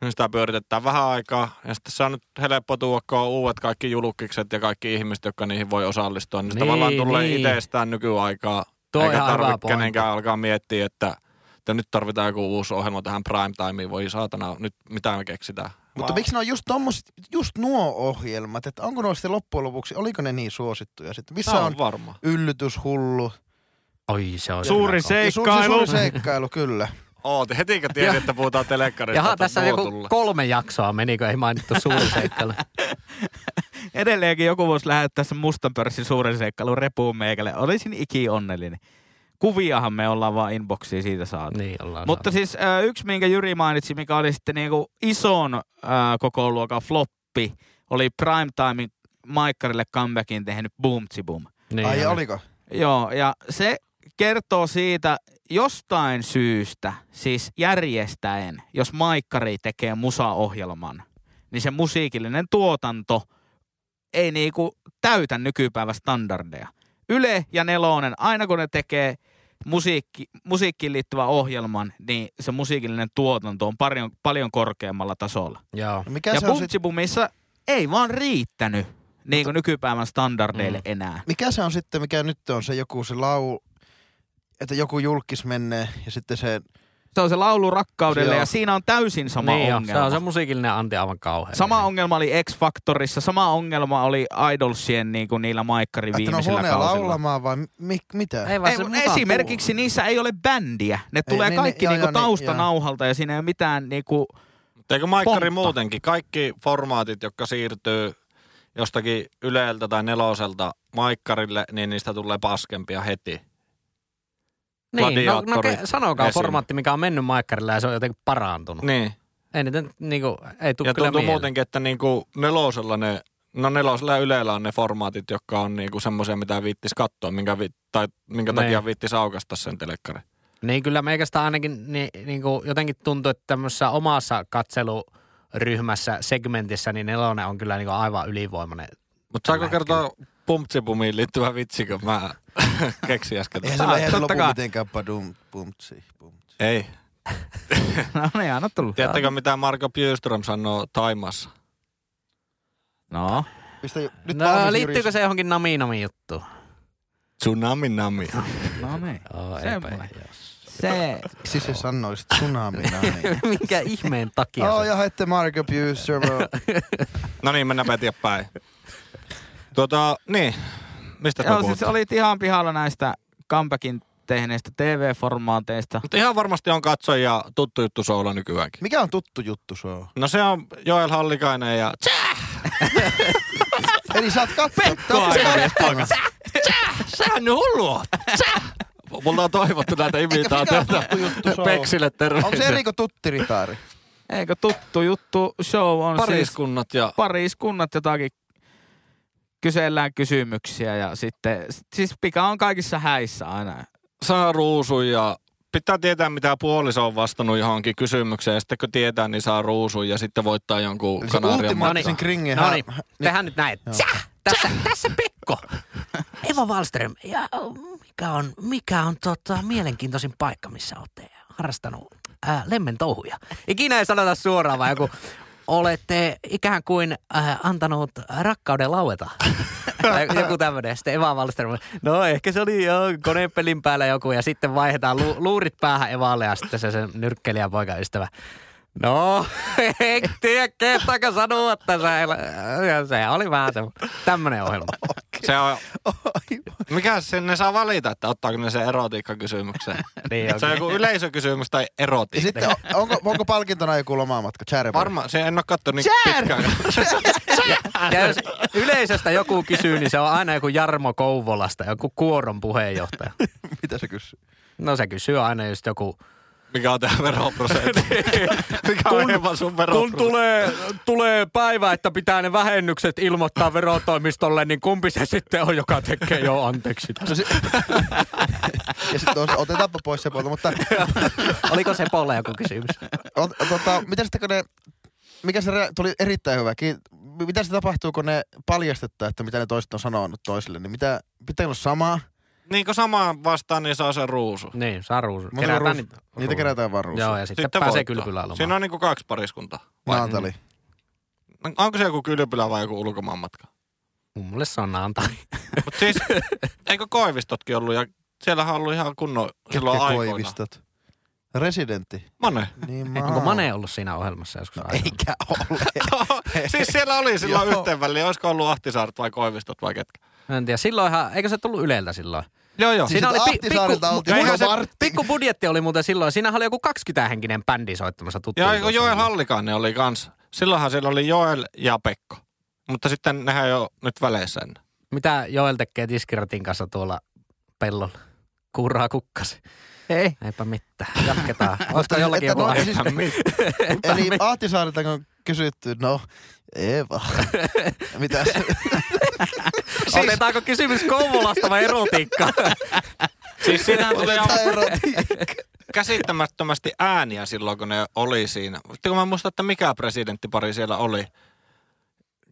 niin sitä pyöritetään vähän aikaa. Ja sitten se on nyt helppo tuoda, kun on uudet kaikki julkikset ja kaikki ihmiset, jotka niihin voi osallistua. Niin, niin
Niin,
tavallaan tulee
niin.
niin. itsestään nykyaikaa.
Tuo on
eikä
ihan hyvä
tarvitse
pointti.
kenenkään alkaa miettiä, että, että nyt tarvitaan joku uusi ohjelma tähän prime timeen. Voi saatana, nyt mitä me keksitään.
Mutta
Vaan-
miksi ne on just, tommoset, just nuo ohjelmat, että onko noista loppujen lopuksi, oliko ne niin suosittuja sitten? Missä
Tää
no,
on
on
varma.
yllytyshullu?
Oi, se on
Suuri
hyvä
Ja Su, se
seikkailu.
suuri seikkailu, kyllä.
Oot, heti kun tiedät, että puhutaan telekkarista.
Jaha,
että
tässä
muu
joku
tulee.
kolme jaksoa meni, kun ei mainittu suuri seikkailu.
Edelleenkin joku voisi lähettää sen mustan pörssin suuren seikkailun repuun meikälle. Olisin iki onnellinen. Kuviahan me ollaan vaan inboxiin siitä saatu.
niin ollaan
Mutta siis äh, yksi, minkä Jyri mainitsi, mikä oli sitten niinku ison äh, koko luokan floppi, oli Primetimein Maikkarille comebackin tehnyt Boom Boom.
saatu. niin,
Ai
joo.
oliko?
Joo, ja se kertoo siitä jostain syystä, siis järjestäen, jos Maikkari tekee musaohjelman, niin se musiikillinen tuotanto ei niinku täytä nykypäivän standardeja. Yle ja Nelonen, aina kun ne tekee musiikki, musiikkiin liittyvän ohjelman, niin se musiikillinen tuotanto on paljon, paljon korkeammalla tasolla.
Joo.
No mikä
ja
se on sit,
Bumtsibumissa ei vaan riittänyt niin kuin nykypäivän standardeille
Mm.
enää.
mikä se on sitten, mikä nyt on se joku se lau, että joku julkis menee ja sitten se,
Niin Se on se laulu rakkaudelle
Joo.
ja siinä on täysin sama
niin
niin
jo,
ongelma.
se on se musiikillinen anti aivan kauhean.
Sama ongelma oli X-Factorissa, sama ongelma oli Idolsien niin kuin niillä Maikkarin
että ne on
viimeisillä
huoneella
kausilla.
laulamaan vai mi, mitä?
Ei vaan
Ei,
se
kun
musa tuu-
esimerkiksi niissä ei ole bändiä. Ne tulee
niin,
kaikki
joo,
niinku
joo, niin,
taustanauhalta ja siinä ei ole mitään niinku...
Eikö Maikkari
Pontta.
muutenkin? Kaikki formaatit, jotka siirtyy jostakin Yleltä tai Neloselta Maikkarille, niin niistä tulee paskempia heti.
Niin, no, no
gladiaattori
ke, sanokaa
esiin.
formaatti, mikä on mennyt Maikkarilla ja se on jotenkin parantunut.
Niin.
Ei niitä nyt niinku, ei No. tuu kyllä
ja tuntuu
mieleen.
muutenkin, että niinku Nelosella ne, no Nelosella ja Ylellä on ne formaatit, jotka on niinku semmoisia, mitä viittis katsoa, minkä, vi, tai minkä
Niin.
takia viittis aukasta sen telekkari.
Niin kyllä meikästä ainakin niin, niin kuin jotenkin tuntuu, että tämmöisessä omassa katseluryhmässä, segmentissä, niin nelonen on kyllä niin kuin aivan ylivoimainen.
Mutta saako
Tällä
kertoa pumptsipumiin liittyvä vitsi, kun mä keksin äsken?
Eihän
tästä?
se,
Ah,
eihän se
totta
lopu
kai.
mitenkään padum, pumtsi, pumtsi.
Ei.
No niin, anna tullut.
Tiedättekö, mitä Marko Bjurström sanoo Taimassa?
No.
Pistä, ju- nyt
no
valmis, Jyri.
liittyykö se johonkin nami nami juttuun?
Tsunami nami.
No niin.
Oh,
Semmoinen. Se.
Miksi Siis se sanoi sit tsunamina? Niin.
Minkä ihmeen takia?
oh,
se-
ja haitte Mark Abuse.
No niin, mennäänpä eteenpäin. Tuota, niin. Mistä
Joo,
Joo,
siis olit ihan pihalla näistä comebackin tehneistä TV-formaateista.
Mutta ihan varmasti on katsoja tuttu juttu Soula nykyäänkin.
Mikä on tuttu juttu se on?
No se on Joel Hallikainen ja...
Eli sä oot kattonut.
Tsäh! Sähän on hullua! Tsäh! Mulla on toivottu näitä imitaatioita.
tuttu juttu se on?
Peksille
Onko se
terveisiä.
Eriko Tuttiritaari?
Eikö tuttu juttu? Show on siis
Pariskunnat ja...
pariskunnat jotakin kysellään kysymyksiä ja sitten, siis pika on kaikissa häissä aina.
saa ruusun ja pitää tietää, mitä puoliso on vastannut johonkin kysymykseen. Ja sitten kun tietää, niin saa ruusun ja sitten voittaa jonkun
Eli se
kanarian.
No
ma-
niin.
ultimaattisen kringin.
No niin,
hä-
tehdään nyt näin. Tsäh! Tässä, tässä Pekko. Eva Wallström, ja mikä on, mikä on tota, mielenkiintoisin äh, paikka, missä olette harrastanut ää, lemmen touhuja? Ikinä ei sanota suoraan, vaan joku olette ikään kuin äh, antanut rakkauden laueta. Tai joku tämmöinen. Sitten Eva Wallström, no ehkä se oli jo konepelin päällä joku ja sitten vaihdetaan lu- luurit päähän Evalle ja sitten se sen nyrkkelijä poikaystävä. No, en tiedä, kehtaako sanoa tässä. el- Ja se oli vähän se, tämmöinen ohjelma.
Se on, mikä se, ne saa valita, että ottaako ne sen erotiikkakysymyksen.
Niin
Se on
onkin.
joku yleisökysymys tai
Ja
erotiikka.
sitten on- onko, onko palkintona joku lomamatka? Charity.
Varmaan, se en ole katsonut niin
Jär!
pitkään.
Ja jos yleisöstä joku kysyy, niin se on aina joku Jarmo Kouvolasta, joku kuoron puheenjohtaja.
Mitä se kysyy?
No se kysyy aina just joku...
Mikä on tämä veroprosentti?
Niin.
Mikä on hieman sun veroprosentti?
tulee, tulee päivä, että pitää ne vähennykset ilmoittaa verotoimistolle, niin kumpi se sitten on, joka tekee jo anteeksi?
No si- ja sitten otetaanpa pois se puolta, mutta
Oliko se Polle joku kysymys?
o, tota, mitä sitten kun ne, mikä se rea- tuli erittäin hyvä, kiin- mitä se tapahtuu, kun ne paljastetta, että mitä ne toiset on sanonut toisille, niin mitä, pitää olla samaa,
Niin kun samaan vastaan, niin saa sen ruusu.
Niin, saruus.
Mutta
Kerätään
ruus-
niitä.
niitä kerätään vaan ruusuja.
Joo, ja sitten, sitten pääsee
voittaa.
kylpylälomaan.
Siinä on niinku kaksi pariskuntaa.
Naatali.
No, Onko se joku kylpylä vai joku ulkomaanmatka?
Mun mielestä se on naantali.
Mut siis, eikö Koivistotkin ollut? Ja siellähän on ollut ihan kunnon silloin
Ketkä
aikoina.
koivistot. Residentti.
Mane.
Niin mä
Onko Mane ollut siinä ohjelmassa joskus aikaisemmin?
Eikä ole.
siis siellä oli silloin
Joo.
yhteen väliin. Olisiko ollut Ahtisaart vai Koivistot vai ketkä?
Mä En tiedä, silloinhan, eikö se tullut Yleltä silloin?
Joo joo.
Siinä oli pi-
Ahtisaarilta
pikku-
oltiin.
eihän
Mulla
se-
Martti.
Pikku budjetti oli muuten silloin. Siinähän oli joku 20-henkinen bändi soittamassa tuttuja.
Ja Joel Hallikainen oli kans. Silloinhan siellä oli Joel ja Pekko. Mutta sitten nehän jo nyt väleissä enää.
Mitä Joel tekee tiskiratin kanssa tuolla pellolla? Kuuraa kukkasi.
Ei.
Eipä mitään. Jatketaan. Olisiko
Mutta
jollakin
että
joku
no-
aihe?
Siis-
Mit-
Eli Ahtisaarilta kun on kysytty, no Eeva, mitä se-
siis... Otetaanko kysymys Kouvolasta vai erotiikkaa?
siis siinähän tuli ihan
Otetaan erotiikka.
käsittämättömästi ääniä silloin, kun ne oli siinä. Sitten kun mä en muista, että mikä presidenttipari siellä oli.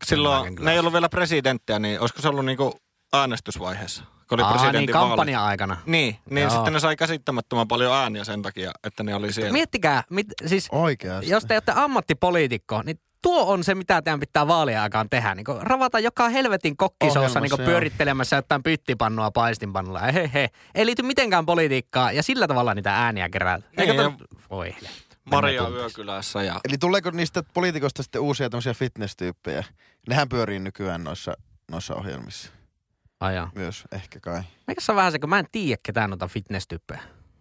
Silloin ne ei ollut vielä presidenttiä, niin olisiko se ollut niinku äänestysvaiheessa, kun oli
Aa, niin
presidentin
kampanja aikana.
Niin, niin
Joo.
sitten ne sai käsittämättömän paljon ääniä sen takia, että ne oli siellä.
Miettikää, mit, siis
Oikeasti.
jos te olette ammattipoliitikko, niin tuo on se, mitä teidän pitää vaalien aikaan tehdä. Niin ravata joka helvetin kokkisoussa niin
Ohjelmassa, joo.
pyörittelemässä jotain pyttipannua paistinpannulla. He, he. Ei liity mitenkään politiikkaa ja sillä tavalla niitä ääniä keräät. Eikö
Niin,
ton... Voi hele.
Maria
Mennään
Yökylässä ja
Eli tuleeko niistä poliitikoista sitten uusia tämmöisiä fitness-tyyppejä? Nehän pyörii nykyään noissa, noissa ohjelmissa
Ai jaa.
myös, ehkä kai.
Eikö se ole vähän se, kun mä en tiedä ketään noita fitness-tyyppejä.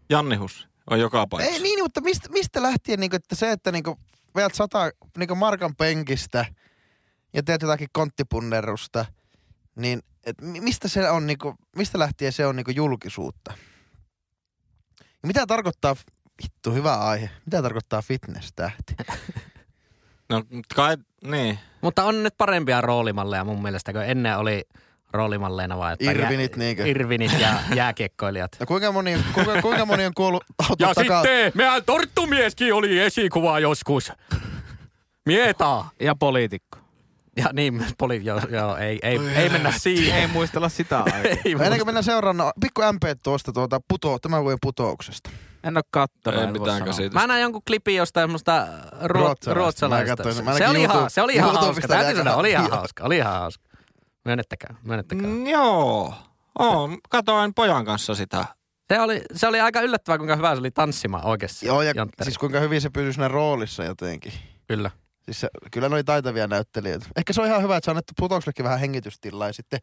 Janni Hus on joka paikassa.
Ei niin, mutta mistä, mistä lähtien niin että se, että niin veät sata niin markan penkistä ja teet jotakin konttipunnerusta, niin et mi- mistä, se on, niin kuin, mistä lähtien se on niin julkisuutta? Ja mitä tarkoittaa, vittu hyvä aihe, mitä tarkoittaa fitness-tähti?
No kai, niin.
Mutta on nyt parempia roolimalleja mun mielestä, kun ennen oli roolimalleina vaan. Että
Irvinit niinkö?
Irvinit ja jääkiekkoilijat.
No kuinka moni, kuinka, kuinka moni on kuollut auton takaa?
mehän torttumieskin oli esikuva joskus. Mieta.
Ja poliitikko.
Ja niin, myös poli, joo, joo, ei, ei, ei mennä siihen.
Ei muistella sitä aikaa.
Ei
Ennen
muuta.
kuin mennään seuraavaan, pikku MP tuosta tuota puto, tämän vuoden putouksesta.
En ole kattonut.
Ei
en voi
mitään
sanoa.
käsitystä.
Mä näin jonkun klipin jostain semmoista ruotsalaista.
Ruotsalaista.
ruotsalaista.
Mä katsoin sen. Mä
se,
ainakin
oli ihan,
YouTube-
se oli ihan
YouTubesta
hauska. Täytyy
aika
sanoa, oli ihan
hauska.
hauska. Oli ihan hauska. Myönnettäkää, myönnettäkää.
Mm, joo. Oon, katoin pojan kanssa sitä.
Se oli, se oli aika yllättävää, kuinka hyvä se oli tanssimaan oikeasti.
Joo, ja
Jontteri.
siis kuinka hyvin se pysyy siinä roolissa jotenkin.
Kyllä.
Siis se, kyllä ne oli taitavia näyttelijöitä. Ehkä se on ihan hyvä, että se on annettu putouksellekin vähän hengitystilaa ja sitten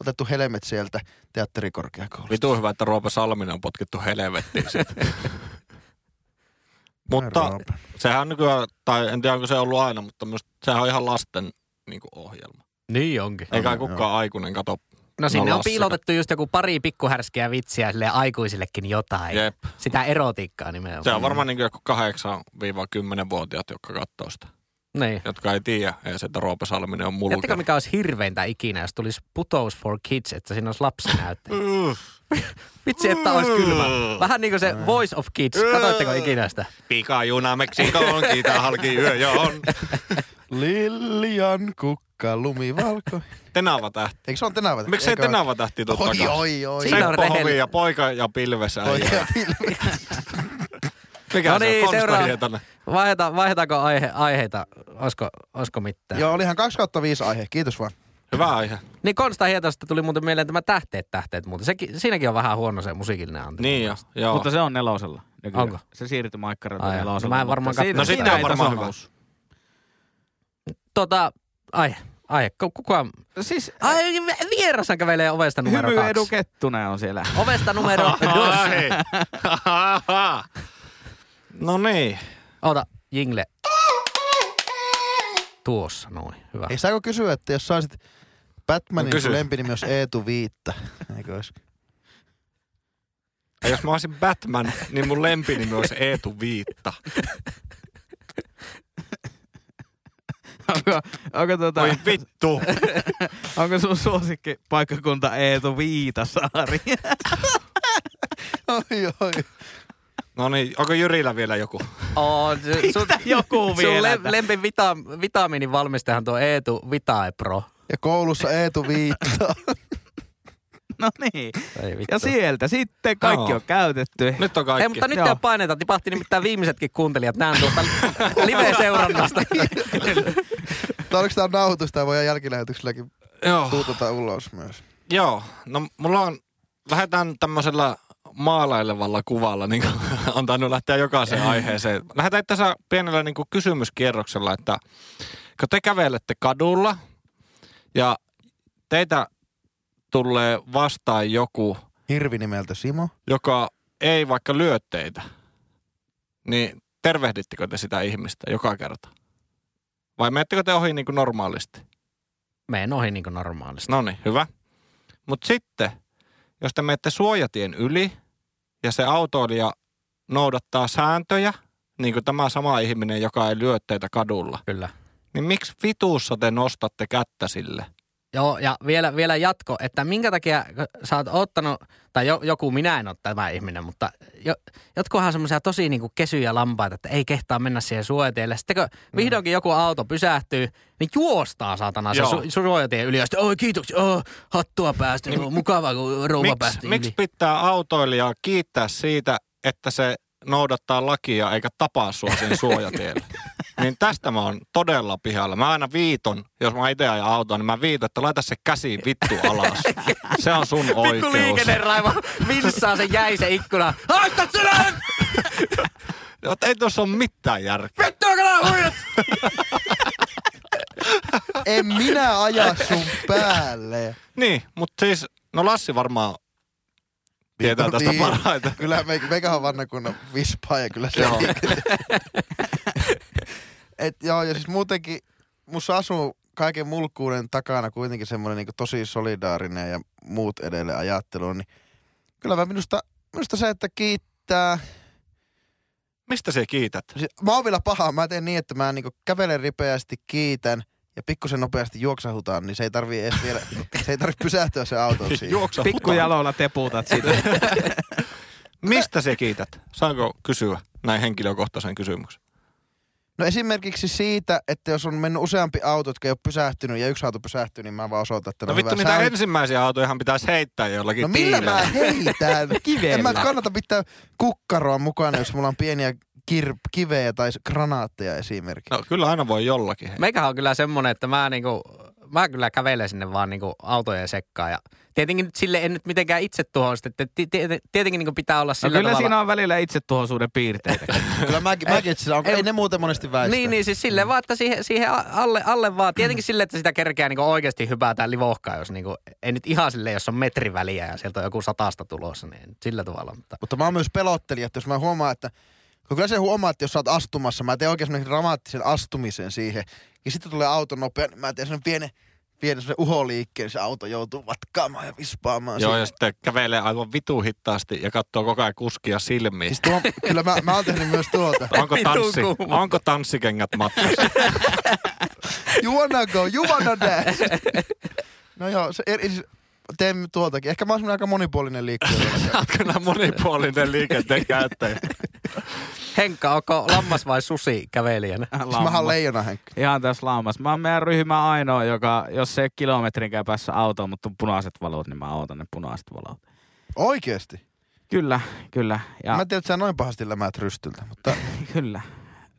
otettu helmet sieltä teatterikorkeakoulusta.
Vitu hyvä, että Roope Salminen on potkittu helvettiin sit. Mutta
Herra Roope.
sehän on nykyään, tai en tiedä onko se ollut aina, mutta myös, sehän on ihan lasten niin kuin ohjelma.
Niin onkin.
Eikä
Joo,
kukaan aikuinen kato.
No sinne
No,
on
Lassi.
piilotettu just joku pari pikkuhärskiä vitsiä sille aikuisillekin jotain.
Jep.
Sitä erotiikkaa nimenomaan.
Se on varmaan niin kuin joku 8-10-vuotiaat, jotka katsoo sitä.
Niin.
Jotka ei tiedä edes, että Roope Salminen on
Tiedättekö
mulke.
mikä olisi hirveintä ikinä, jos tulisi putous for kids, että siinä olisi lapsinäyttäjä?
Yh,
Vitsi, että olisi kylmä. Vähän niin kuin se Voice of Kids. Katoitteko ikinä sitä?
Pikajuna Meksikoon, kiitä halki yö jo on.
Liljan kukka, lumivalko.
Tenava tähti.
Eikö se ole tenava?
Miksei
Eikö
tenava tähti tuu
ole? Oi,
takaa?
oi, oi.
Siinä on
Seppo
rehell-
Hovi ja poika ja pilves
Oi,
äijä.
ja pilvi.
Mikä
No
se
niin,
on? Konsta
seuraava.
Hietanen.
Vaihdeta, vaihdetaanko aihe, aiheita olisiko, olisiko mitään.
Joo, olihan 2 kautta 5 aihe. Kiitos vaan.
Hyvä aihe.
Niin Konsta Hietasta tuli muuten mieleen tämä Tähteet tähteet muuten. Sekin, siinäkin on vähän huono se musiikillinen anti.
Niin jo, joo.
Mutta se on nelosella. Nykyään.
Onko?
Se siirtyi maikkarilta
Ai,
nelosella.
no mä en
mutta
varmaan
siinä-
kattonut
sitä.
siinä
No
ei
siitä on varmaan
taso
hyvä.
noussut.
Tota, ai, ai, ku- kuka...
Siis
Ai, vierashan kävelee ovesta numero
hymy
kaksi.
Edu Kettunen on siellä.
Ovesta numero kaksi.
Ai. niin. no niin.
Ota, jingle. Tuossa noin, hyvä.
Ei saako kysyä, että jos saisit
No
Batmanin
kysy.
sun lempinimi olisi Eetu Viitta. Eikö olisi?
Ja jos mä olisin Batman, niin mun lempinimi olisi Eetu Viitta.
Onko, onko, tuota,
Voi vittu.
onko sun suosikki paikkakunta Eetu Viitasaari?
Oi, oi.
No niin, onko Jyrillä vielä joku?
Oh, su- sun,
joku
sun
vielä.
lem, lempi vita- vitamiinin valmistajahan tuo Eetu Vitae Pro.
Ja koulussa Eetu Viitta.
no niin.
Ei vittu. No
Ja sieltä sitten kaikki
Joo.
on käytetty.
Nyt on kaikki.
Ei, mutta nyt
Joo.
ei paineita. Tipahti nimittäin viimeisetkin kuuntelijat. Näen tuolta live-seurannasta.
Tää oliko tää nauhoitus, tää voi jälkilähetykselläkin
Joo.
tuutata ulos myös.
Joo, no mulla on, lähdetään tämmöisellä maalailevalla kuvalla, niin kuin on tainnut lähteä jokaiseen aiheeseen. Lähdetään itse asiassa pienellä niin kuin kysymyskierroksella, että kun te kävelette kadulla ja teitä tulee vastaan joku,
Hirvi nimeltä Simo.
joka ei vaikka lyö teitä, niin tervehdittekö te sitä ihmistä joka kerta? Vai menettekö te ohi niin kuin normaalisti?
Meen ohi niin kuin normaalisti.
No niin, hyvä. Mutta sitten, jos te menette suojatien yli ja se autoilija noudattaa sääntöjä, niin kuin tämä sama ihminen, joka ei lyö teitä kadulla,
Kyllä.
niin miksi vituussa te nostatte kättä sille?
Joo, ja vielä, vielä jatko, että minkä takia sä oot ottanut, tai jo, joku, minä en ole tämä ihminen, mutta jo, jotkuhan on semmoisia tosi niinku kesyjä lampaita, että ei kehtaa mennä siihen suojatielle. Sitten kun
Mm.
vihdoinkin joku auto pysähtyy, niin juostaa saatana se
Joo.
su, su- suojatien yli, ja sitten, oi kiitoksia, oh, hattua päästä, niin, mukavaa kun rouva
Miksi
päästi
miks
yli.
pitää autoilijaa kiittää siitä, että se noudattaa lakia eikä tapaa sua sen suojatiellä? niin tästä mä oon todella pihalla. Mä aina viiton, jos mä itse ajan autoa, niin mä viiton, että laita se käsi vittu alas. Se on sun
Pikku
oikeus.
liikenneraiva vilssaa se jäi se ikkuna. Haista sinä!
No, ei tuossa ole mitään järkeä.
Vittu, kala huijat!
En minä aja sun päälle.
Niin, mutta siis, no Lassi varmaan tietää tästä
Niin.
parhaiten.
Kyllä me, meikä on vannakunnan vispaa ja kyllä se
Joo.
Et joo, ja siis muutenkin musta asuu kaiken mulkkuuden takana kuitenkin semmoinen niin tosi solidaarinen ja muut edelle ajattelu, niin kyllä mä minusta, minusta se, että kiittää.
Mistä se kiität?
Siis mä oon vielä paha, mä teen niin, että mä niin kävelen ripeästi, kiitän ja pikkusen nopeasti juoksahutaan, niin se ei tarvii edes vielä, se ei tarvii pysähtyä se auto siihen.
Juoksa hutaan.
Pikkujaloilla teputat sitä.
Mistä se kiität? Saanko kysyä näin henkilökohtaisen kysymyksen?
No esimerkiksi siitä, että jos on mennyt useampi auto, jotka ei ole pysähtynyt ja yksi auto pysähtyy, niin mä vaan osoitan, että
No,
on
vittu,
hyvä.
niitä
Sä-
ensimmäisiä autojahan pitäisi heittää jollakin
No millä mä
tiileillä.
heitän?
Kivellä.
en mä kannata pitää kukkaroa mukana, jos mulla on pieniä kir- kivejä tai s- granaatteja esimerkiksi.
No kyllä aina voi jollakin. heittää.
Meikähän on kyllä semmonen, että mä, niinku, mä kyllä kävelen sinne vaan niinku autojen sekkaan. Ja tietenkin nyt sille en nyt mitenkään itse tuhoa sitä. että ti- ti- Tietenkin niinku pitää olla
No
sillä
kyllä
tavalla.
siinä on välillä itsetuhoisuuden piirteitä.
Kyllä mäkin, mäkin että sillä on, ei, ne muuten monesti väistä.
Niin, niin siis sille vaan, että siihen, siihen a- alle, alle vaan. Tietenkin sille, että sitä kerkeää niinku oikeasti hypätään livohkaa, jos niinku, ei nyt ihan sille, jos on metri väliä ja sieltä on joku satasta tulossa, niin ei nyt sillä tavalla. Mutta
Mutta mä oon myös pelottelija, että jos mä huomaan, että kun kyllä se huomaa, että jos sä oot astumassa, mä teen oikein semmoisen dramaattisen astumisen siihen. Ja sitten tulee auto nopea, niin mä teen semmoinen pienen, pienen semmoisen uholiikkeen, se auto joutuu vatkaamaan ja vispaamaan.
Joo,
siihen.
ja sitten kävelee aivan vitu hittaasti ja katsoo koko ajan kuskia silmiin.
Siis tuo, kyllä mä, mä oon tehnyt myös tuota.
Onko,
Vitun
tanssi,
kuuma.
onko tanssikengät matkassa?
You wanna go, you wanna dance. No joo, se, eri, siis teen tuoltakin. Ehkä mä oon semmonen aika monipuolinen Siis liikkeelle.
Sä oot kyllä monipuolinen liikenteen käyttäjä.
Henkka, onko lammas vai susi kävelijänä?
Siis mä oon leijona Henkka.
Ihan tässä laamassa. Mä oon meidän ryhmä ainoa, joka, jos se ei ole kilometrinkään päässä autoon, mutta on punaiset valot, niin mä ootan ne punaiset valot.
Oikeesti.
Kyllä, kyllä. Ja
Mä en tiedä, että sä noin pahasti lämät rystyltä, mutta
kyllä.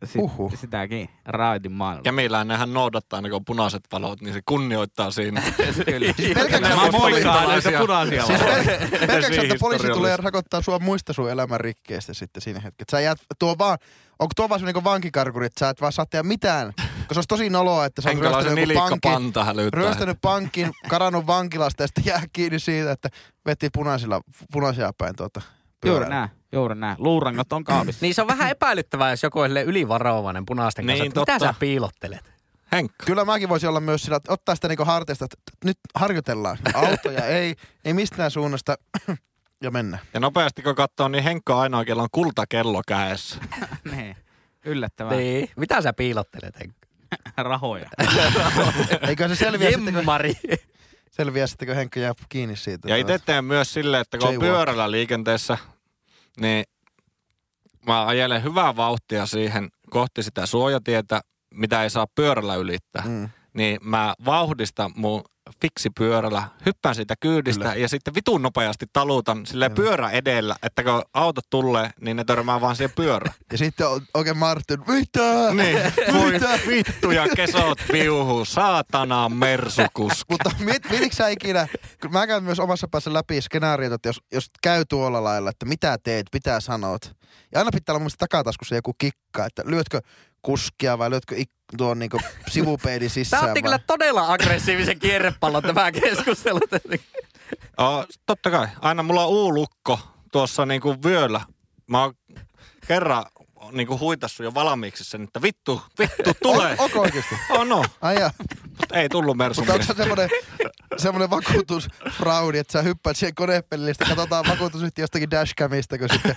sit,
Uhu.
sitäkin raatin maailmaa.
Kemiläinenhän noudattaa aina kun on punaiset valot, niin se kunnioittaa siinä.
Kyllä.
siis Pelkästään
Mä
poliisi-
moikkaan näitä
poliisia.
punaisia.
Siis
valoja.
pel- pelkäksi, että poliisi tulee
historiallista.
rakottaa sua muista sun elämän rikkeestä sitten siinä hetkessä. Sä jäät, tuo vaan, onko tuo vaan semmoinen kuin vankikarkuri, että sä et vaan saa tehdä mitään. Koska se olisi tosi noloa, että sä oot
Henkalaisen
ryöstänyt jonkun pankin,
nilikkapanta hälyttää.
ryöstänyt pankin, karannut vankilasta ja sitten jää kiinni siitä, että veti punaisilla, punaisia päin tuota
Juuri
pyörää.
näin, juuri näin. Luurangot on kaapissa.
Niin se on vähän epäilyttävää, jos joku on silleen ylivarovainen punaisten kanssa.
Niin,
että Mitä
totta.
sä piilottelet?
Henkka.
Kyllä mäkin voisin olla myös sillä, että ottaa sitä niinku harteista, että nyt harjoitellaan. Autoja ei, ei mistään suunnasta ja mennä.
Ja nopeasti kun katsoo, niin Henkka on ainoa, kello on kultakello kädessä.
niin. Yllättävää.
Niin. Mitä sä piilottelet? Henkka?
Rahoja.
Eikö se selviä sitten, kun,
Jemmari.
selviä sitten, kun Henkka jää kiinni siitä.
Ja itse teen myös silleen, että kun on
Jaywalk.
pyörällä liikenteessä, niin mä ajelen hyvää vauhtia siihen kohti sitä suojatietä, mitä ei saa pyörällä ylittää. Mm.
Mm.
Niin mä vauhdistan mun fiksi pyörällä, hyppään siitä kyydistä Kyllä. ja sitten vitun nopeasti talutan sille
Kyllä.
pyörä edellä, että kun auto tulee, niin ne törmää vaan siihen pyörään.
Ja sitten on oikein Martin, mitä?
niin, voi
Mitä?
vittu ja kesot viuhuu, saatana mersukuski.
Mutta miet, mietitkö sä ikinä, kun mä käyn myös omassa päässä läpi skenaariota, että jos, jos käy tuolla lailla, että mitä teet, mitä sanot. Ja aina pitää olla mun mielestä takataskussa joku kikka, että lyötkö kuskia vai lyötkö ik- tuon niinku sivupeilin
Tää
sisään.
otti kyllä todella aggressiivisen kierrepallon tämä keskustelu.
Oh, totta kai. Aina mulla on uulukko tuossa niinku vyöllä. Mä oon kerran niinku huitassu jo valmiiksi sen, että vittu, vittu,
Tulee.
tulee.
On, onko oikeesti?
Oh, no,
Ai jaa.
mutta ei tullut Mersun
Mutta onko se
mies.
semmoinen, semmoinen vakuutusfraudi, että sä hyppäät siihen konepellistä, katsotaan vakuutusyhtiöstäkin dashcamista, kun sitten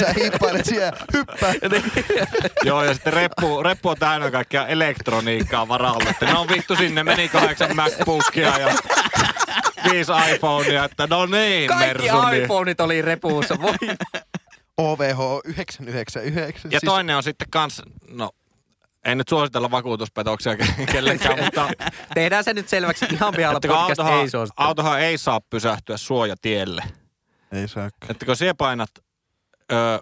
sä hiippailet siihen ja hyppää.
Joo, ja sitten reppu, reppu on täynnä kaikkea elektroniikkaa varalle. Että no vittu, sinne meni kahdeksan MacBookia ja viisi iPhonea, että no niin,
Kaikki
Mersun mies.
iPhoneit oli repuussa. Voi.
OVH 999.
Ja
siis-
toinen on sitten kans, no ei nyt suositella vakuutuspetoksia ke- kellekään, mutta
Tehdään se nyt selväksi. Ihan pihalla
että kun
podcast
autohan,
ei suostu.
autohan ei saa pysähtyä suojatielle.
Ei saa.
Että kun sinä painat ö,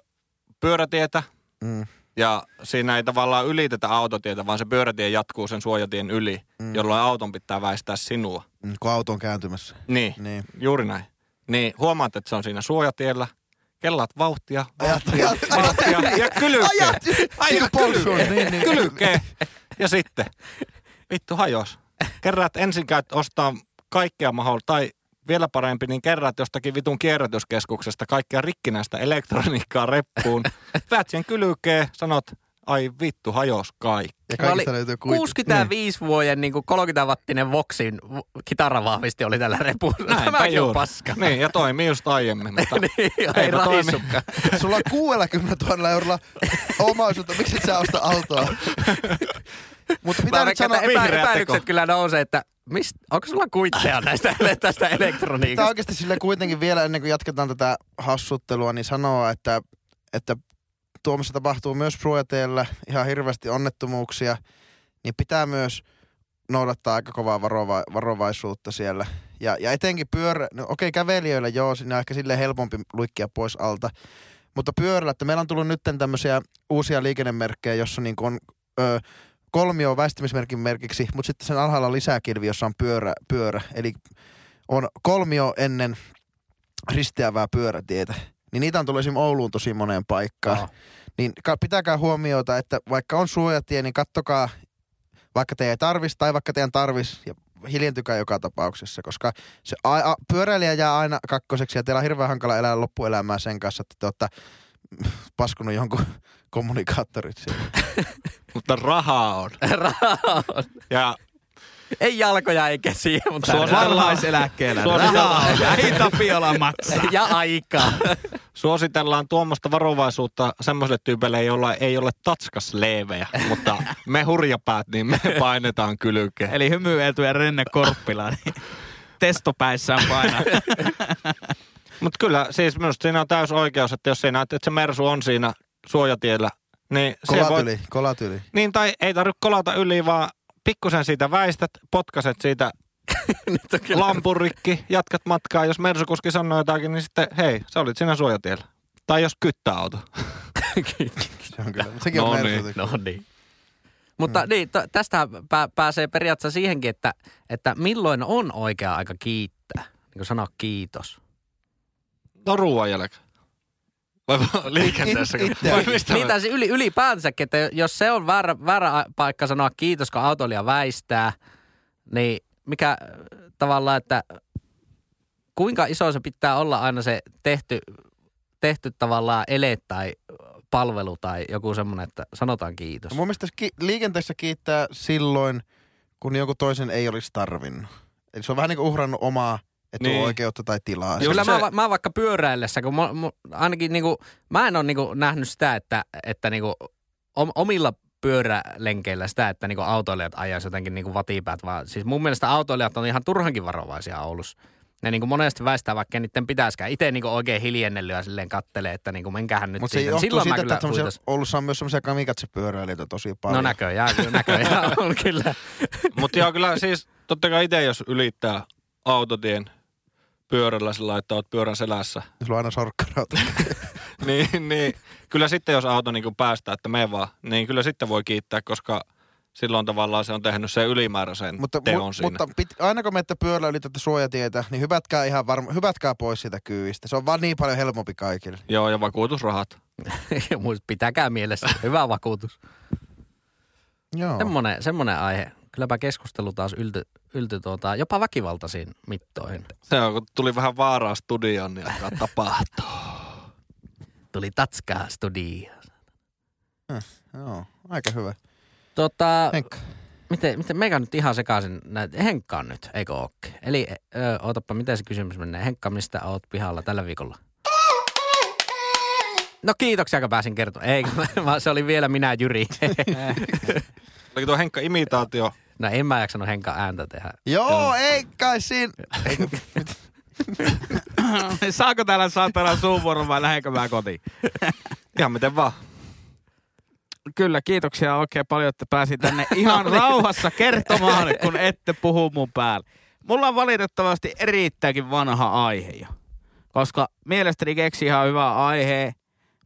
pyörätietä
Mm.
ja siinä ei tavallaan ylitetä autotietä, vaan se pyörätie jatkuu sen suojatien yli, mm. jolloin auton pitää väistää sinua.
Mm, Kun auto on kääntymässä.
Niin,
Niin.
juuri näin. Niin huomaat, että se on siinä suojatiellä. Kellaat vauhtia,
Ajat, ajat,
vauhtia ja kylykee.
ajat, y-
Aika
niinku polsuun,
kylkeen.
niin, niin.
Kylkeen. Ja sitten, vittu hajos. Kerrät ensin käyt ostaa kaikkea mahdollista, tai vielä parempi, niin kerrät jostakin vitun kierrätyskeskuksesta kaikkea rikkinäistä elektroniikkaa reppuun. Väät sen kylkeen, sanot, ai vittu hajos kaikki.
Ja
Mä olin
kaikista löytyy kuitti.
65 vuoden niin 30-wattinen Voxin v- kitaravahvisti oli tällä repuulla. Tämäkin on
juuri.
paska.
Niin, ja toimi just aiemmin, mutta
Niin,
Ei
ei
mä toimi.
rahissukaan.
Niin. Sulla on 60 000 eurolla omaisuutta. Miksi et sä osta autoa? Mutta
Mä
pitää nyt
veikkaan,
sanoa,
että epä,
Vihreä
epäilykset
teko.
kyllä nousee, että mist, onko sulla kuitteja näistä, tästä
pitää
elektroniikasta?
oikeasti sille kuitenkin vielä ennen kuin jatketaan tätä hassuttelua, niin sanoa, että, että Tuomessa tapahtuu myös suojateellä ihan hirveästi onnettomuuksia, niin pitää myös noudattaa aika kovaa varova- varovaisuutta siellä. Ja, ja etenkin pyörä, no okei kävelijöillä joo, siinä on ehkä silleen helpompi luikkia pois alta, mutta pyörällä, että meillä on tullut nyt tämmöisiä uusia liikennemerkkejä, jossa niin on ö, kolmio väistymismerkin merkiksi, mutta sitten sen alhaalla on lisäkilvi, jossa on pyörä, pyörä. Eli on kolmio ennen risteävää pyörätietä. Niin niitä on tullut esimerkiksi Ouluun tosi moneen paikkaan.
Joo.
Niin ka- pitäkää huomiota, että vaikka on suojatie, niin kattokaa, vaikka teidän ei tarvis tai vaikka teidän tarvis ja hiljentykää joka tapauksessa, koska se a- a- pyöräilijä jää aina kakkoseksi ja teillä on hirveän hankala elää loppuelämää sen kanssa, että te olette paskunut jonkun kommunikaattorit siellä.
mutta rahaa on. Ja
ei jalkoja eikä käsiä, mutta
Varhaiseläkkeellä. Rahaa. Ei Tapiola maksaa.
ja aikaa.
Suositellaan tuommoista varovaisuutta semmoiselle tyypeille, jolla ei ole tatskasleevejä, mutta me hurjapäät, niin me painetaan kylkeen.
Eli hymyilty ja Renne Korppila. Niin testopäissään painaa.
Mutta kyllä, siis minusta siinä on täys oikeus, että jos sä näet, että se mersu on siinä suojatiellä, niin se voi...
Kolat yli, kolat yli.
Niin, tai ei tarvitse kolata yli, vaan pikkusen siitä väistät, potkaset siitä
Nyt on kyllä-
lampurikki, jatkat matkaa. Jos mersukuski sanoo jotakin, niin sitten hei, sä olit siinä suojatiellä. Tai jos kyttää auto.
Se on kyllä, sekin on
No
merkityksellinen.
niin.
No niin. Mutta
Mm.
niin, to, tästä pää, pääsee periaatteessa siihenkin, että, että milloin on oikea aika kiittää. Niin kuin sanoa kiitos.
No ruoan jälkeen. Vai liikenteessä?
It- itse.
Vai mistä
Niin
mä-
tai se yli, ylipäätänsäkin, että jos se on väärä, väärä a- paikka sanoa kiitos, kun autoilija väistää, niin mikä äh, tavallaan, että kuinka iso se pitää olla aina se tehty, tehty tavallaan ele tai palvelu tai joku semmoinen, että sanotaan kiitos.
No mun mielestä ki- liikenteessä kiittää silloin, kun joku toisen ei olisi tarvinnut. Eli se on vähän niin kuin uhrannut omaa
Niin.
etuoikeutta tai tilaa.
Just
Kyllä
se-
mä, va- mä vaikka pyöräillessä, kun mä, mä, ainakin niinku, mä en ole niinku nähnyt sitä, että, että niinku, om- omilla pyörälenkeillä sitä, että niinku autoilijat ajaisi jotenkin niinku vatipäät, vaan siis mun mielestä autoilijat on ihan turhankin varovaisia Oulussa. Ne niinku monesti väistää, vaikka niiden pitäisikään. Itse niinku oikein hiljennellyt ja silleen kattelee, että niinku menkähän nyt
Mutta se
siitä.
johtuu
Silloin
siitä,
mä
että
kyllä
tämmöisiä,
huitasin.
Oulussa on myös semmoisia kamikatsepyöräilijöitä tosi
No
paljon.
näköjään, kyllä näköjään on kyllä.
Mutta joo, kyllä siis totta kai itse jos ylittää autotien pyörällä sillä että oot pyörän selässä,
Sulla on aina sorkkarauta.
niin, niin kyllä sitten jos auto niin päästää, että me vaan, niin kyllä sitten voi kiittää, koska silloin tavallaan se on tehnyt sen ylimääräisen
mutta,
teon
mu-
siinä.
mutta pit, aina kun menette pyörällä ylitätte suojatietä, niin hypätkää, ihan varma, hypätkää pois siitä kyydistä. Se on vaan niin paljon helpompi kaikille.
Joo, ja vakuutusrahat.
Muist- Pitäkää mielessä, hyvä vakuutus.
Joo.
Semmoinen, semmoinen aihe. Kylläpä keskustelu taas ylty, ylty tuota, jopa väkivaltaisiin mittoihin.
Se on, kun tuli vähän vaaraa studioon, niin alkaa tapahtua.
Tuli tatskaa studioon.
Joo. Aika hyvä.
Tota,
Henkka.
miten, miten, meikä nyt ihan sekaisin näitä. Henkka on nyt, eikö ookke? Eli ö, ootappa, miten se kysymys menee. Henkka, mistä oot pihalla tällä viikolla? No kiitoksia, kun pääsin kertomaan. Ei, kun mä- se oli vielä minä, Jyri.
Oliko tuo Henkka imitaatio?
No en mä jaksanut Henkan ääntä tehdä.
Joo, ei kai siinä.
Saako täällä saatana suuvuoron vai lähdenkö mä kotiin?
Ihan miten vaan.
Kyllä, kiitoksia oikein paljon, että pääsin tänne ihan
No niin.
rauhassa kertomaan, kun ette puhu mun päälle. Mulla on valitettavasti erittäinkin vanha aihe jo, koska mielestäni keksi ihan hyvää aihe,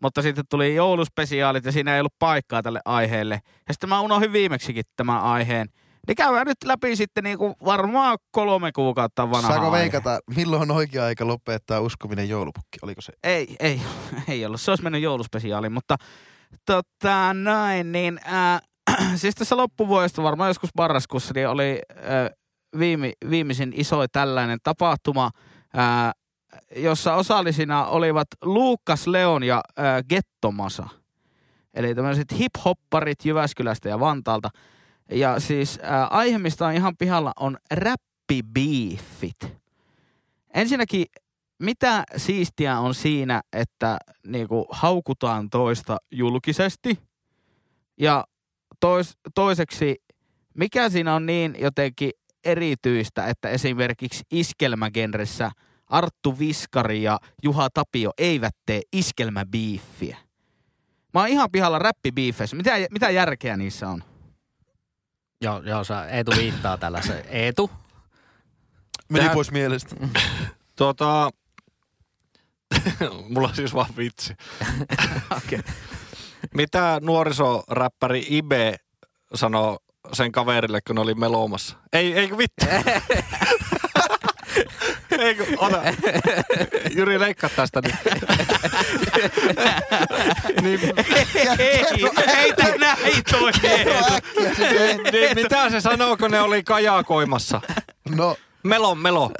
mutta sitten tuli jouluspesiaalit ja siinä ei ollut paikkaa tälle aiheelle. Ja sitten mä unohdin viimeksikin tämän aiheen. Niin käydään nyt läpi sitten niinku varmaan kolme kuukautta vanha
Saako
aihe.
veikata, milloin on oikea aika lopettaa uskominen joulupukki? Oliko se?
Ei, ei, ei ollut. Se olisi mennyt jouluspesiaaliin, mutta tota näin, niin ää, siis tässä loppuvuodesta varmaan joskus marraskuussa niin oli ää, viime, viimeisin iso tällainen tapahtuma, ää, jossa osallisina olivat Luukas Leon ja ää, Gettomasa. Eli tämmöiset hip-hopparit Jyväskylästä ja Vantaalta. Ja siis ää, aihe, mistä on ihan pihalla, on räppibiifit. Ensinnäkin mitä siistiä on siinä, että niinku haukutaan toista julkisesti? Ja tois, toiseksi, mikä siinä on niin jotenkin erityistä, että esimerkiksi iskelmägenressä Arttu Viskari ja Juha Tapio eivät tee iskelmäbiiffiä? Mä oon ihan pihalla räppibiiffeissä. Mitä, mitä järkeä niissä on?
Joo, joo sä Eetu viittaa tällä se. Eetu?
Meni
Tää-
pois mielestä.
Tota, mulla on siis vaan vitsi.
Okei.
Mitä nuorisoräppäri Ibe sanoo sen kaverille, kun ne oli meloomassa? Ei, ei kun vittu. ei kun, ota. Jyri, leikkaa tästä nyt. niin,
No, Ei, ei tää näin
No
toimi.
äkkiä se teet.
niin, mitä se sanoo, kun ne oli kajakoimassa?
No,
Melo, melo.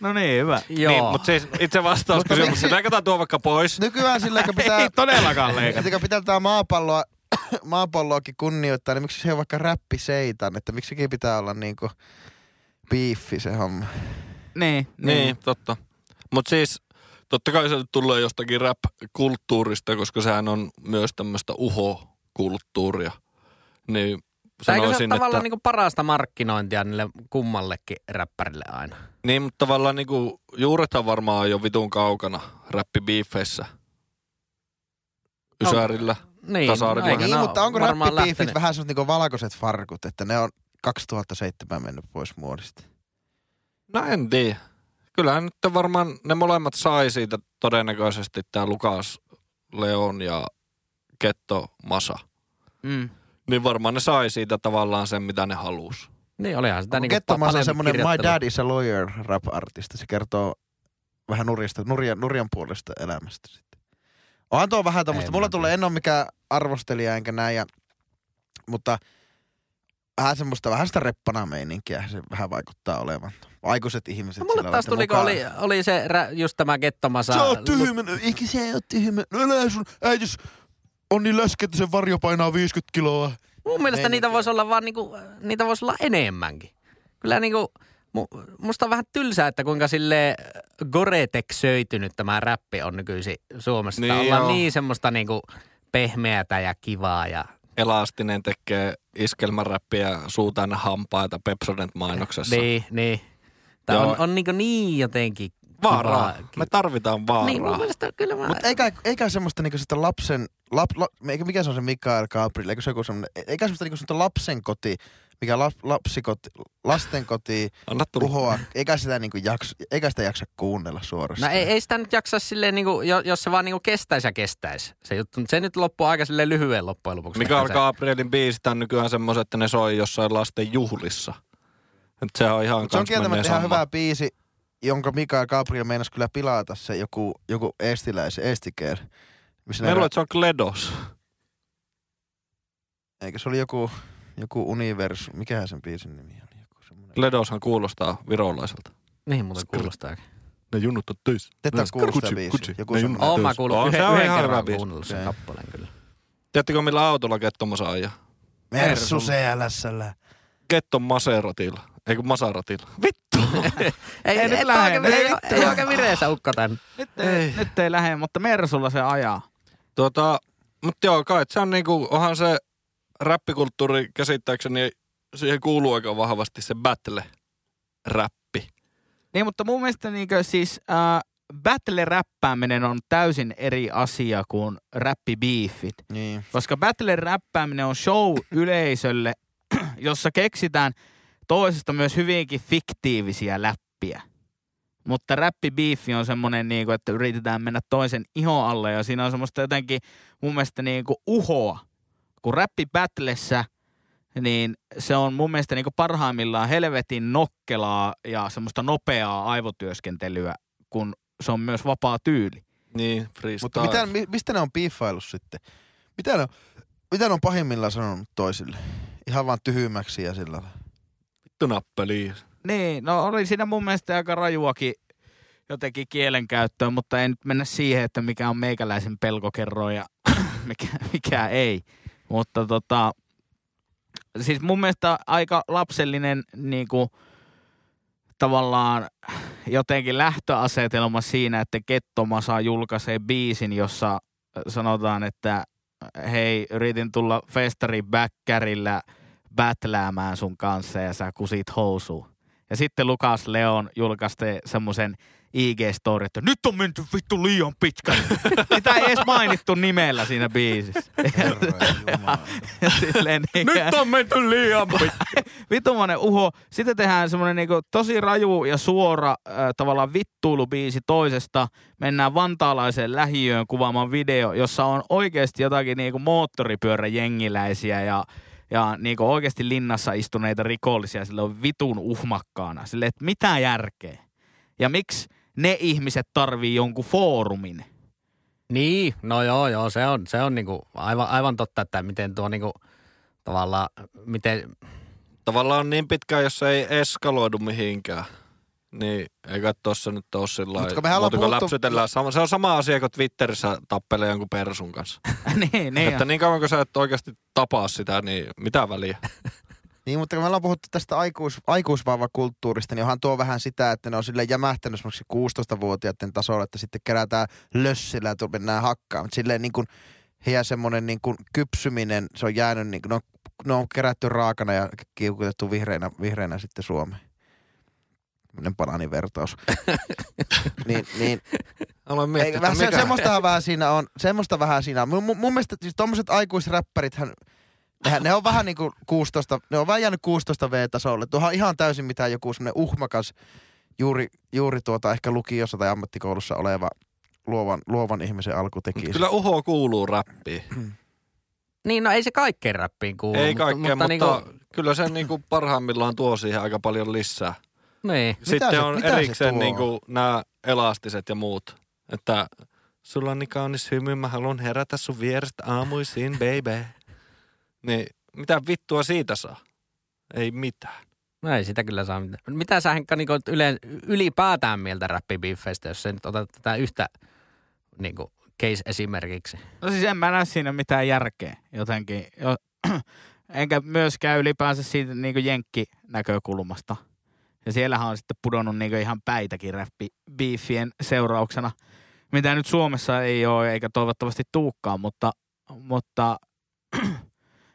No niin, hyvä.
Joo. niin.
Niin, mutta siis itse vastaus
Mutta
kysymykseen.
miksi-
Leikataan tuo vaikka pois.
nykyään sillä, kun pitää,
Ei todellakaan leikata.
että kun pitää tätä maapalloa, maapalloakin kunnioittaa, niin miksi se on vaikka räppiseitan, että miksi sekin pitää olla niinku biiffi se homma.
Niin,
Niin, totta. Mutta siis totta kai se nyt tulee jostakin rap-kulttuurista, koska sehän on myös tämmöistä uho-kulttuuria.
Tai
Niin
eikö se
sanoisin,
ole
että...
tavallaan niinku parasta markkinointia niille kummallekin räppärille aina?
Niin, mutta tavallaan niinku, juurethan varmaan on jo vitun kaukana räppibiifeissä. Ysärillä.
Niin,
Tasa-arvo.
eikä
niin,
ne
mutta
ole
onko
varmaan
räppibiifit
lähtenyt?
vähän semmoset niinku valkoiset farkut, että ne on 2007 mennyt pois muodista?
No en tiedä. Kyllähän nyt varmaan ne molemmat sai siitä todennäköisesti tämä Lukas Leon ja Ketto, Masa.
Mm.
Niin varmaan ne sai siitä tavallaan sen, mitä ne halusi.
Niin olihan sitä
Niin
niinku pa-
Kettomassa on
paljon
semmoinen My
kirjoittelua.
Dad is a Lawyer rap-artisti. Se kertoo vähän nurjasta, nurjan, nurjan puolesta elämästä sitten. Onhan tuo vähän
Ei
tämmöistä. Mulla
mä
tulee, en ole mikään arvostelija enkä näin, ja, mutta vähän semmoista, vähän sitä reppana meininkiä se vähän vaikuttaa olevan. Aikuiset ihmiset.
No, mulle
sillä
taas
lailla,
tuli, kun
että
oli, oli se rä, just tämä kettomasa.
Sä oot tyhmä, no, eikä sä oot tyhmä. No älä sun äitis on niin läski, että sen varjo painaa 50 kiloa.
Mun mielestä
Meininkiä.
niitä voisi olla vaan niinku, niitä voisi olla enemmänkin. Kyllä niinku, mu, musta on vähän tylsää, että kuinka sille goreteksöitynyt tämä räppi on nykyisin Suomessa. Niin
Niin
ollaan
joo.
niin semmoista niinku pehmeätä ja kivaa ja
Elastinen tekee iskelmäräppiä suu täynnä hampaita Pepsodent-mainoksessa.
niin, niin. Tämä
Joo.
on, on niinku niin jotenkin
Vaaraa.
kivaa.
Me tarvitaan vaaraa.
Niin, mun mielestä kyllä mä...
Mutta eikä, eikä semmoista niinku sitä lapsen, lap, la, eikä mikä se on se Mikael Gabriel, eikö se joku semmoinen, eikä semmoista niinku semmoista lapsen koti, mikä lap, lapsikoti, lasten koti
Anna tulla.
uhoa, eikä sitä niinku jaksa, eikä sitä jaksa kuunnella
No
suorastaan.
ei, ei sitä nyt jaksa silleen, niin kuin, jos se vaan niin kuin kestäisi ja kestäisi se juttu. Mutta se nyt loppuu aika silleen lyhyen loppujen lopuksi.
Mikael
Että se-
Gabrielin biisit on nykyään semmoiset, että ne soi jossain lasten juhlissa. Et se on ihan
Mut se on
kans menee
kieltämättä ihan
sama.
hyvä biisi, jonka Mikael Gabriel meinasi kyllä pilata se joku, joku eestiläisen, estikeer. Missä
Mä
ne-
luulen, että se on Kledos.
Eikö se oli joku, joku universu, mikähän sen biisin nimi on? Joku semmoinen.
Kledoshan kuulostaa virolaiselta.
Niin muuten
Skr-
kuulostaa.
Ne junnut on töissä.
Te ette ole kuullut sitä biisiä. Joku semmoinen.
Oon mä kuullut
se
yhden,
on
yhden
ihan hyvä
kerran
biisi.
kuunnellut sen
Okei.
kappaleen kyllä.
Tiedättekö millä autolla Kettomo saa ajaa?
Mersu CLSllä.
Ketton Maseratilla. Ei kun Masaratilla. Vittu!
Ei, ei,
nyt
ei,
lähde,
oikein,
ei
ei,
nyt
ei
lähde.
oikein vireessä ukka tän.
Nyt ei, ei. nyt ei lähde, mutta Mersulla se ajaa.
Tota, mutta joo, kai se on niinku, onhan se räppikulttuuri käsittääkseni, siihen kuuluu aika vahvasti se battle-räppi.
Niin, mutta mun mielestä niinkö siis äh, battle-räppääminen on täysin eri asia kuin räppibiifit.
Niin.
Mm. Koska battle räppääminen on show yleisölle, jossa keksitään toisesta myös hyvinkin fiktiivisiä läppiä. Mutta räppibiifi on semmoinen, niinku, että yritetään mennä toisen iho alle ja siinä on semmoista jotenkin mun mielestä niinku uhoa. Kun räppibattlessä, niin se on mun mielestä niinku parhaimmillaan helvetin nokkelaa ja semmoista nopeaa aivotyöskentelyä, kun se on myös vapaa tyyli.
Niin, freestyle.
Mutta mitä, mi- mistä ne on piiffailu sitten? Mitä ne, on- mitä ne on pahimmillaan sanonut toisille? Ihan vaan tyhmäksi ja sillä lailla.
Vittu nappeli.
Niin, no oli siinä mun mielestä aika rajuakin jotenkin kielenkäyttöä, mutta ei nyt mennä siihen, että mikä on meikäläisen pelkokerroin ja mikä, mikä ei. Mutta tota, siis mun mielestä aika lapsellinen niinku, tavallaan jotenkin lähtöasetelma siinä, että Kettoma saa julkaisee biisin, jossa sanotaan, että hei, yritin tulla festari bäkkärillä bätläämään sun kanssa ja sä kusit housuun. Ja sitten Lukas Leon julkaisi semmoisen IG-story, että nyt on menty vittu liian pitkälle. Sitä ei edes mainittu nimellä siinä biisissä. Silleen, niin,
Nyt on menty liian pit-
vitumainen uho. Sitten tehdään semmoinen niinku tosi raju ja suora äh, tavallaan vittuilubiisi toisesta. Mennään vantaalaiseen lähiöön kuvaamaan video, jossa on oikeasti jotakin niinku moottoripyöräjengiläisiä ja ja niinku oikeasti linnassa istuneita rikollisia sillä on vitun uhmakkaana. Sille, että mitä järkeä? Ja miksi ne ihmiset tarvii jonkun foorumin?
Niin, no joo, joo, se on, se on niinku aivan, aivan totta, että miten tuo niinku tavallaan, miten,
Tavallaan niin pitkään, jos ei eskaloidu mihinkään. Niin, eikä tossa nyt ole sillä
Mut kun
lailla.
mehän ollaan
Mutta kun
puhuttu-
läpsytellään sama, se on sama asia, kun Twitterissä tappelee jonkun persun kanssa.
niin, niin.
Että niin kauan kuin sä et oikeasti tapaa sitä, niin mitä väliä?
Niin, mutta kun me ollaan puhuttu tästä aikuis, aikuisvauvakulttuurista, niin onhan tuo vähän sitä, että ne on silleen jämähtänyt esimerkiksi 16-vuotiaiden tasolla, että sitten kerätään lössillä ja tu- mennään hakkaan. Mutta silleen niin kuin heidän semmoinen niin kuin kypsyminen, se on jäänyt, niin kuin, ne, on, ne on kerätty raakana ja kiukutettu vihreinä, vihreinä sitten Suomeen. Tämmöinen banaanivertaus. niin, niin,
Olen
ei,
miettinyt,
vähän
että
se,
mikä...
semmoistahan vähän siinä on. Semmoista vähän siinä on. Mun, mun, mun mielestä siis tommoset aikuisräppärithän, nehän, ne on vähän niinku 16, ne on vähän jäänyt 16 V-tasolle. Tuohan on ihan täysin mitään joku semmoinen uhmakas, juuri, juuri tuota ehkä lukiossa tai ammattikoulussa oleva luovan, luovan ihmisen alku
Mut
teki.
Kyllä uho kuuluu räppiin.
Niin, no ei se kaikkeen rappiin kuulu.
Ei kaikkea, mutta,
niinku-
mutta kyllä se niinku parhaimmillaan tuo siihen aika paljon lisää.
niin.
Sitten
se-
on
mitä se
erikseen
tuo?
niinku nämä elastiset ja muut. Että sulla on niin kaunis hymy, mä haluan herätä sun vierestä aamuisin, baby. Niin mitä vittua siitä saa? Ei mitään.
No ei sitä kyllä saa mitään. Mitä sä Henkka niinku yle, ylipäätään mieltä räppibiffeistä, jos sä nyt otat tätä yhtä niinku case esimerkiksi?
No siis en mä näe siinä mitään järkeä jotenkin. Jo- Enkä myöskään ylipäänsä siitä niin kuin jenkkinäkökulmasta. Ja siellähän on sitten pudonnut niin ihan päitäkin räppibiifien seurauksena, mitä nyt Suomessa ei ole eikä toivottavasti tuukkaan, mutta, mutta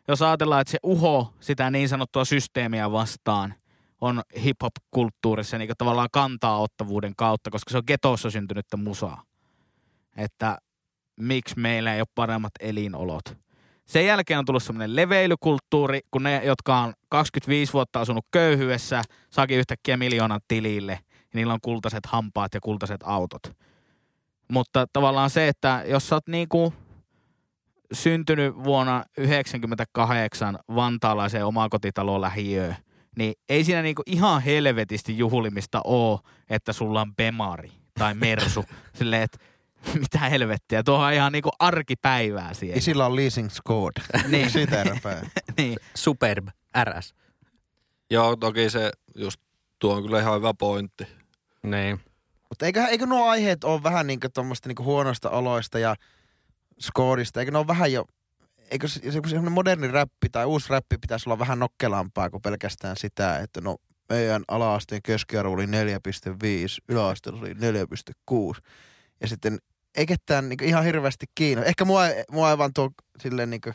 jos ajatellaan, että se uho sitä niin sanottua systeemiä vastaan on hip-hop-kulttuurissa niin tavallaan kantaa ottavuuden kautta, koska se on getossa syntynyttä musaa. Että miksi meillä ei ole paremmat elinolot. Sen jälkeen on tullut semmoinen leveilykulttuuri, kun ne, jotka on 25 vuotta asunut köyhyydessä, saakin yhtäkkiä miljoonan tilille. Ja niillä on kultaiset hampaat ja kultaiset autot. Mutta tavallaan se, että jos sä oot niinku syntynyt vuonna 1998 vantaalaiseen omakotitaloon lähiöön, niin ei siinä niinku ihan helvetisti juhlimista oo, että sulla on bemari tai mersu. Silleen, että mitä helvettiä, tuohan on ihan niinku arkipäivää siellä.
Isillä on leasing squad.
Niin.
Siitä eräpää.
niin.
Superb RS.
Joo, toki se just tuo on kyllä ihan hyvä pointti.
Niin.
Mutta eiköhän, eikö nuo aiheet ole vähän niinku tuommoista niinku huonoista oloista ja skoodista? Eikö ne ole vähän jo... Eikö se, se, semmoinen moderni räppi tai uusi räppi pitäisi olla vähän nokkelampaa kuin pelkästään sitä, että no meidän ala-asteen keskiarvo oli 4,5, yläasteella oli 4,6. Ja sitten ei ketään niinku ihan hirveästi kiinno. Ehkä mua, ei- mua ei vaan tuo silleen niinku...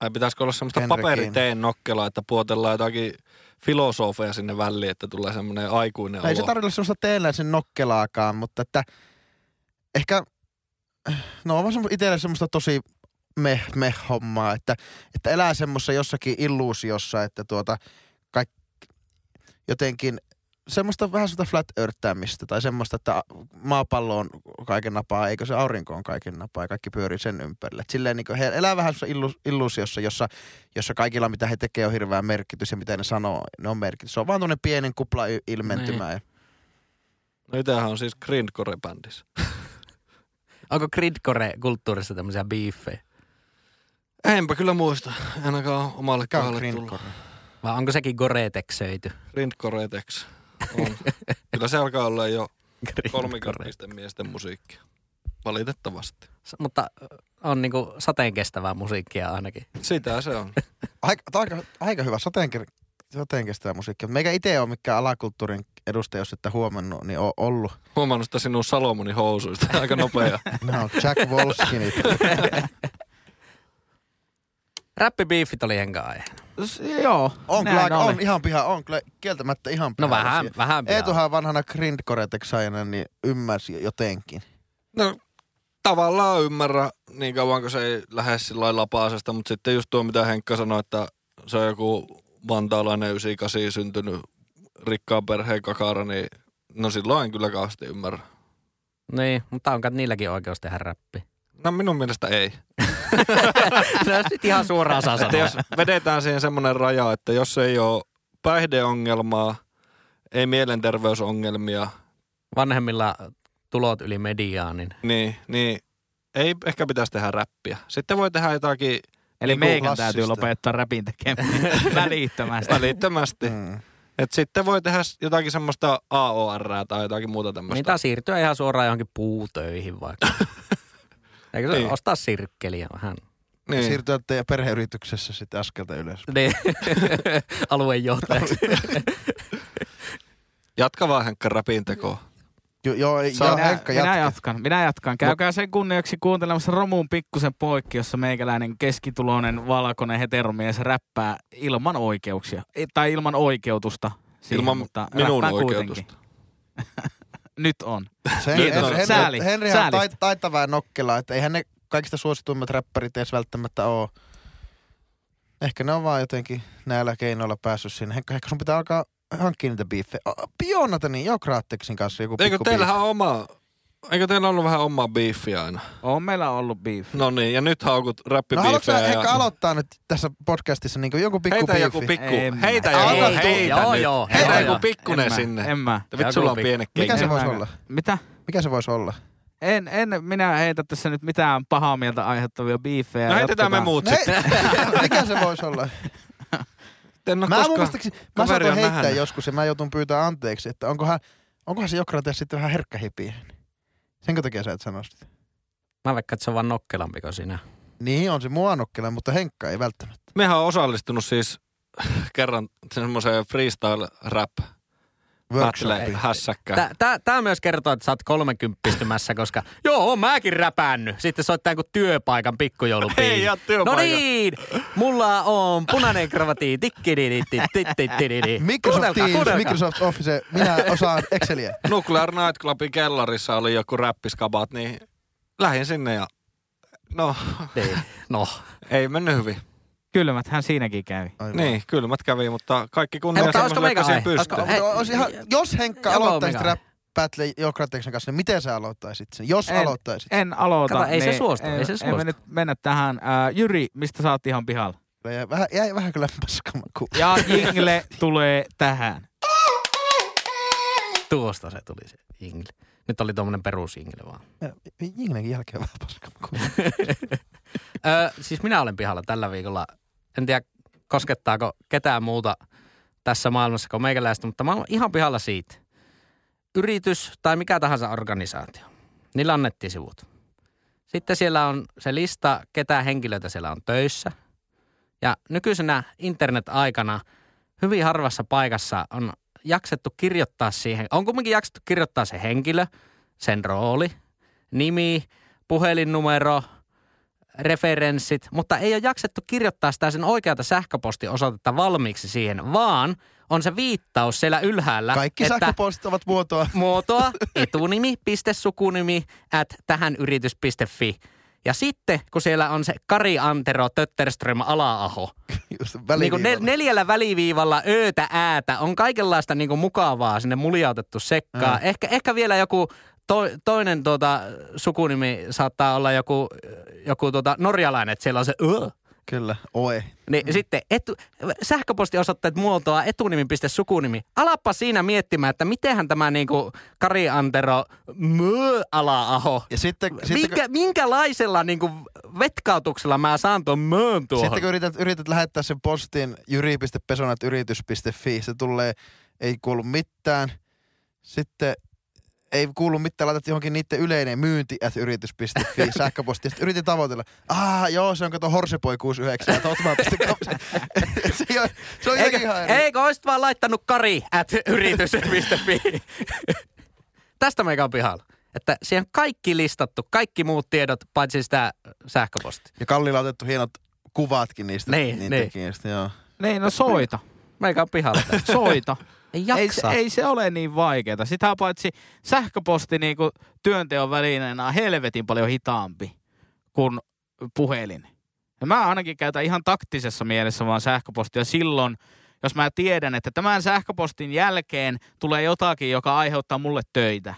Ai pitäisikö olla semmoista
Henrikin.
paperiteen nokkelaa, että puotellaan jotakin filosofia sinne väliin, että tulee semmoinen aikuinen
No ei se
olo.
tarvitse semmoista teennäisen nokkelaakaan, mutta että ehkä, no on vaan semmo- itselle semmoista tosi meh, meh hommaa, että, että elää semmoisessa jossakin illuusiossa, että tuota kaikki jotenkin semmoista vähän semmoista flat earthäämistä tai semmoista, että a- maapallo on kaiken napaa, eikö se aurinko on kaiken napaa ja kaikki pyörii sen ympärille. Et Silleen niin he elää vähän semmoisessa illu- illuusiossa, jossa jossa kaikilla mitä he tekee on hirveä merkitys ja mitä ne sanoo, ne on merkitys. Se on vaan tuonne pienen kupla y- ilmentymä.
No itsehän on siis grindcore-bändissä.
Onko gridcore-kulttuurissa tämmöisiä biiffejä?
Enpä kyllä muista, ainakaan omalle
Mikä on
kohdalle tullut.
grindcore?
Vai onko sekin goreteksöity?
Grindcore-teks. On. kyllä se alkaa olla jo
Grindcore.
kolmikymppisten miesten musiikkia. Valitettavasti.
S- Mutta on niinku sateen kestävää musiikkia ainakin.
Sitä se on.
Aika, tää on aika, aika hyvä sateenker, sateen kestävä musiikki. Mut Meikä itse ole mikään alakulttuurin edustaja, jos ette huomannut, niin on ollut.
Huomannut sitä sinun Salomonin housuista aika nopea.
Nämä on Jack Wolfskinit.
Räppibiiffit oli enkä aihe.
S- joo,
On,
näin
kyllä,
oli.
on ihan piha, on kyllä kieltämättä ihan piha.
No vähän, vähän pian.
Eetuhan vanhana grindcore niin ymmärsi jotenkin.
No tavallaan ymmärrä niin kauan, kun se ei lähde sillä lailla lapaasesta, mutta sitten just tuo, mitä Henkka sanoi, että se on joku vantaalainen 98 syntynyt rikkaan perheen kakara, niin no silloin en kyllä kauheasti ymmärrä.
Niin, mutta onko niilläkin oikeus tehdä räppi?
No minun mielestä ei.
no sit ihan suoraan saa
Että
sanoa.
jos vedetään siihen semmoinen raja, että jos ei ole päihdeongelmaa, ei mielenterveysongelmia,
Vanhemmilla tulot yli mediaanin.
niin, niin ei ehkä pitäisi tehän räppiä. Sitten voi tehdä jotakin
Eli
Niinku
meidän täytyy
klassista.
lopettaa räpin tekeminen välittömästi.
välittömästi.
Mm.
Et sitten voi tehdä s- jotakin semmoista AOR tai jotakin muuta
Niin
tämmöistä.
tai siirtyä ihan suoraan johonkin puutöihin vaikka. Eikö se
Niin.
ostaa sirkkeliä vähän?
Niin.
Siirtyä teidän perheyrityksessä sitten askelta ylös.
Niin. Aluejohtajaksi.
Jatka vaan Henkka räpin tekoa.
Mm. Jo, joo,
Saa-
joo,
minä,
Henkka
minä
jatka.
jatkan, minä jatkan. Käykää sen kunniaksi kuuntelemassa Romuun pikkusen poikki, jossa meikäläinen keskituloinen valkoinen heteromies räppää ilman oikeuksia. Ei, tai ilman oikeutusta. Siihen,
Ilman
mutta
minun
räppää
oikeutusta.
kuitenkin. Nyt on.
Se
Kiitos.
Henri,
Sääli.
Henri, Henri on
Säälistä.
tait, taitavaa ja nokkelaa, että eihän ne kaikista suosituimmat räppärit edes välttämättä oo. Ehkä ne on vaan jotenkin näillä keinoilla päässyt sinne. Henkka, ehkä sun pitää alkaa hankkia niitä biiffejä. Oh, Pionata niin, joo, Kraatteksin kanssa joku
Eikö
pikku
teillähän ole oma Eikö teillä ollut vähän omaa biifiä aina?
On meillä ollut beef.
No niin, ja nyt haukut
No haluatko
räppibiifejä.
sä ehkä
ja...
aloittaa nyt tässä podcastissa niin joku pikku
Heitä joku
biifi?
pikku,
Ei, en mä.
heitä
Ei,
joku,
ei,
heitä
joo,
nyt.
joo,
heitä
joo,
joku
joo.
pikkunen
en
sinne.
Mä, en mä.
Vittu, sulla on
Joku pikku.
pienet
Mikä
kengät.
se
En
voisi
mä-
olla?
Mitä?
Mikä se voisi olla?
En, en minä heitä tässä nyt mitään pahaa mieltä aiheuttavia biifejä.
No heitetään me
Jatketaan.
muut
Ne,
sitten.
mikä se voisi olla?
En
No,
ole
mä
koskaan-
muistaakseni, mä
kaveri
saatoin
on
heittää
nähnyt.
joskus ja mä joutun pyytää anteeksi, että onkohan, onkohan se Jokrates sitten vähän herkkähipiä. Senkö takia sä et sano sitä?
Mä vaikka, että se on vaan nokkelampi kuin sinä.
Niin on se mua nokkela, mutta Henkka ei välttämättä.
Mehän on osallistunut siis kerran semmoiseen freestyle rap battle
Workshopiin.
hässäkkään.
Tää, tää myös kertoo, että sä oot kolmenkymppistymässä, koska joo, oon mäkin räpäännyt. Sitten soittaa kuin työpaikan pikkujoulupiin.
Ei oo työpaikan.
No niin, mulla on punainen kravati. Tikkididididididididi.
Microsoft Teams,
kuunnelkaa.
Microsoft Office, minä osaan Exceliä.
Nuclear Night Clubin kellarissa oli joku räppiskabat, niin lähdin sinne ja no,
Niin, No,
ei mennyt hyvin.
Kylmäthän siinäkin kävi.
Aivan.
Niin, kylmät kävi, mutta kaikki
Hei,
kunnia
mutta olisiko
semmoiselle, joka siihen
meikä aihe?
pystyy.
Hei,
Mutta ois ihan, jos Henkka
Joko
aloittaisi
mikä?
rap battle Jokrateksen kanssa, niin miten sä aloittaisit sen? Jos
En.
aloittaisit.
En aloita.
Kato, ei se
niin
suostu, ei se
Ei
suostu.
me nyt mennä tähän. Äh, Jyri, mistä sä oot ihan pihalla?
Jäi Vähän, jäi vähän kyllä paskamaku.
Ja Jingle tulee tähän.
tuosta se tuli se jingle. Nyt oli tuommoinen perusjingle vaan.
Jinglenkin jälkeen vähän paskamaku.
Ö, siis minä olen pihalla tällä viikolla. En tiedä, koskettaako ketään muuta tässä maailmassa kuin meikäläistä, mutta mä olen ihan pihalla siitä. Yritys tai mikä tahansa organisaatio. Niillä on nettisivut. Sitten siellä on se lista, ketä henkilöitä siellä on töissä. Ja nykyisenä internet-aikana hyvin harvassa paikassa on jaksettu kirjoittaa siihen, on kuitenkin jaksettu kirjoittaa se henkilö, sen rooli, nimi, puhelinnumero – referenssit, mutta ei ole jaksettu kirjoittaa sitä sen oikeata sähköpostiosoitetta valmiiksi siihen, vaan on se viittaus siellä ylhäällä,
Kaikki
että
sähköpostit ovat muotoa.
muotoa etunimi, piste, sukunimi, at tähänyritys.fi. Ja sitten, kun siellä on se Kari Antero Tötterström Alaaho,
Just
niin kuin nel- neljällä väliviivalla öötä äätä on kaikenlaista niin kuin mukavaa sinne muljautettu sekkaan.
Mm.
Ehkä, ehkä vielä joku to- toinen tuota, sukunimi saattaa olla joku, joku tuota, norjalainen, että siellä on se ö.
Kyllä, oe.
Niin mm. sitten etu, sähköpostiosoitteet muotoa etunimi.sukunimi. Alappa siinä miettimään, että mitenhän tämä niin kuin Kari Antero mö ala-aho.
Ja sitten, sitten, kun,
Minkä, minkälaisella niin kuin vetkautuksella mä saan tuon möön tuohon?
sitten kun yrität, yrität lähettää sen postin jyri.pesonat.yritys.fi, se tulee, ei kuulu mitään. Sitten ei kuulu mitään, laitat johonkin niiden yleinen myynti at yritys.fi sähköposti. Sitten yritin tavoitella. Ah, joo, se on kato horsepoi 69 at hotmail.com. se, ei ole- se on
Eikö,
No jotenkin ihan eri.
eikö olisit vaan laittanut kari at yritys.fi? Tästä meikä on pihalla. Että siihen on kaikki listattu, kaikki muut tiedot, paitsi sitä sähköposti.
Ja Kallilla on otettu hienot kuvatkin niistä.
Niin,
niin.
niin.
Tekijöistä, joo.
Niin, no soita.
Meikä on pihalla. tässä.
Soita.
Ei
ei,
jaksa.
se- ei se ole niin vaikeeta. Sitä paitsi sähköposti niin kuin työnteon välineenä on helvetin paljon hitaampi kuin puhelin. Ja mä ainakin käytän ihan taktisessa mielessä vaan sähköpostia silloin, jos mä tiedän, että tämän sähköpostin jälkeen tulee jotakin, joka aiheuttaa mulle töitä,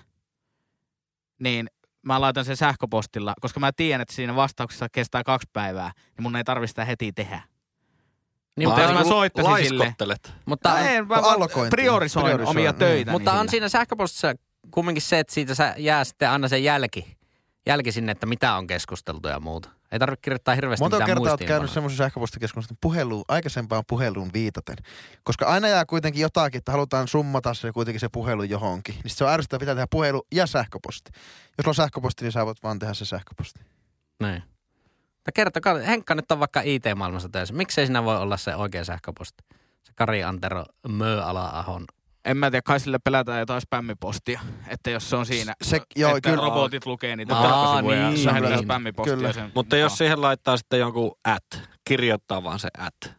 niin mä laitan sen sähköpostilla, koska mä tiedän, että siinä vastauksessa kestää kaksi päivää, niin mun ei tarvitse sitä heti tehdä.
Niin,
Mutta
mutta,
jos
on,
mä soittaisin sille,
laiskottelet.
mutta,
niinku No
on,
en, mä, mä
Allokointi.
priorisoin,
Priorisoin,
omia
niin.
töitä.
mutta
niin
on siinä sähköpostissa kumminkin se, että siitä sä jää sitten aina se jälki, jälki sinne, että mitä on keskusteltu ja muuta. Ei tarvitse kirjoittaa hirveästi
Monta
mitään
kertaa olet
muistiinpanoja.
käynyt semmoisen sähköpostikeskustelun puheluun, aikaisempaan puheluun viitaten. Koska aina jää kuitenkin jotakin, että halutaan summata se kuitenkin se puhelu johonkin. Niin sit se on ärsyttävää, pitää tehdä puhelu ja sähköposti. Jos on sähköposti, niin sä voit vaan tehdä se sähköposti.
Niin. Mutta kertokaa, Henkka nyt on vaikka IT-maailmassa töissä. Miksei siinä voi olla se oikea sähköposti? Se Kari Antero Mö Ala-ahon.
En mä tiedä, kai sille pelätään jotain spämmipostia, että jos se on siinä,
Se- joo,
että
kyllä.
robotit lukee niitä
Aa,
tarkkasivuja ja
niin,
sä heität
kyllä.
spämmipostia.
Kyllä.
Sen
Mutta jos siihen laittaa sitten jonkun at, kirjoittaa vaan se at,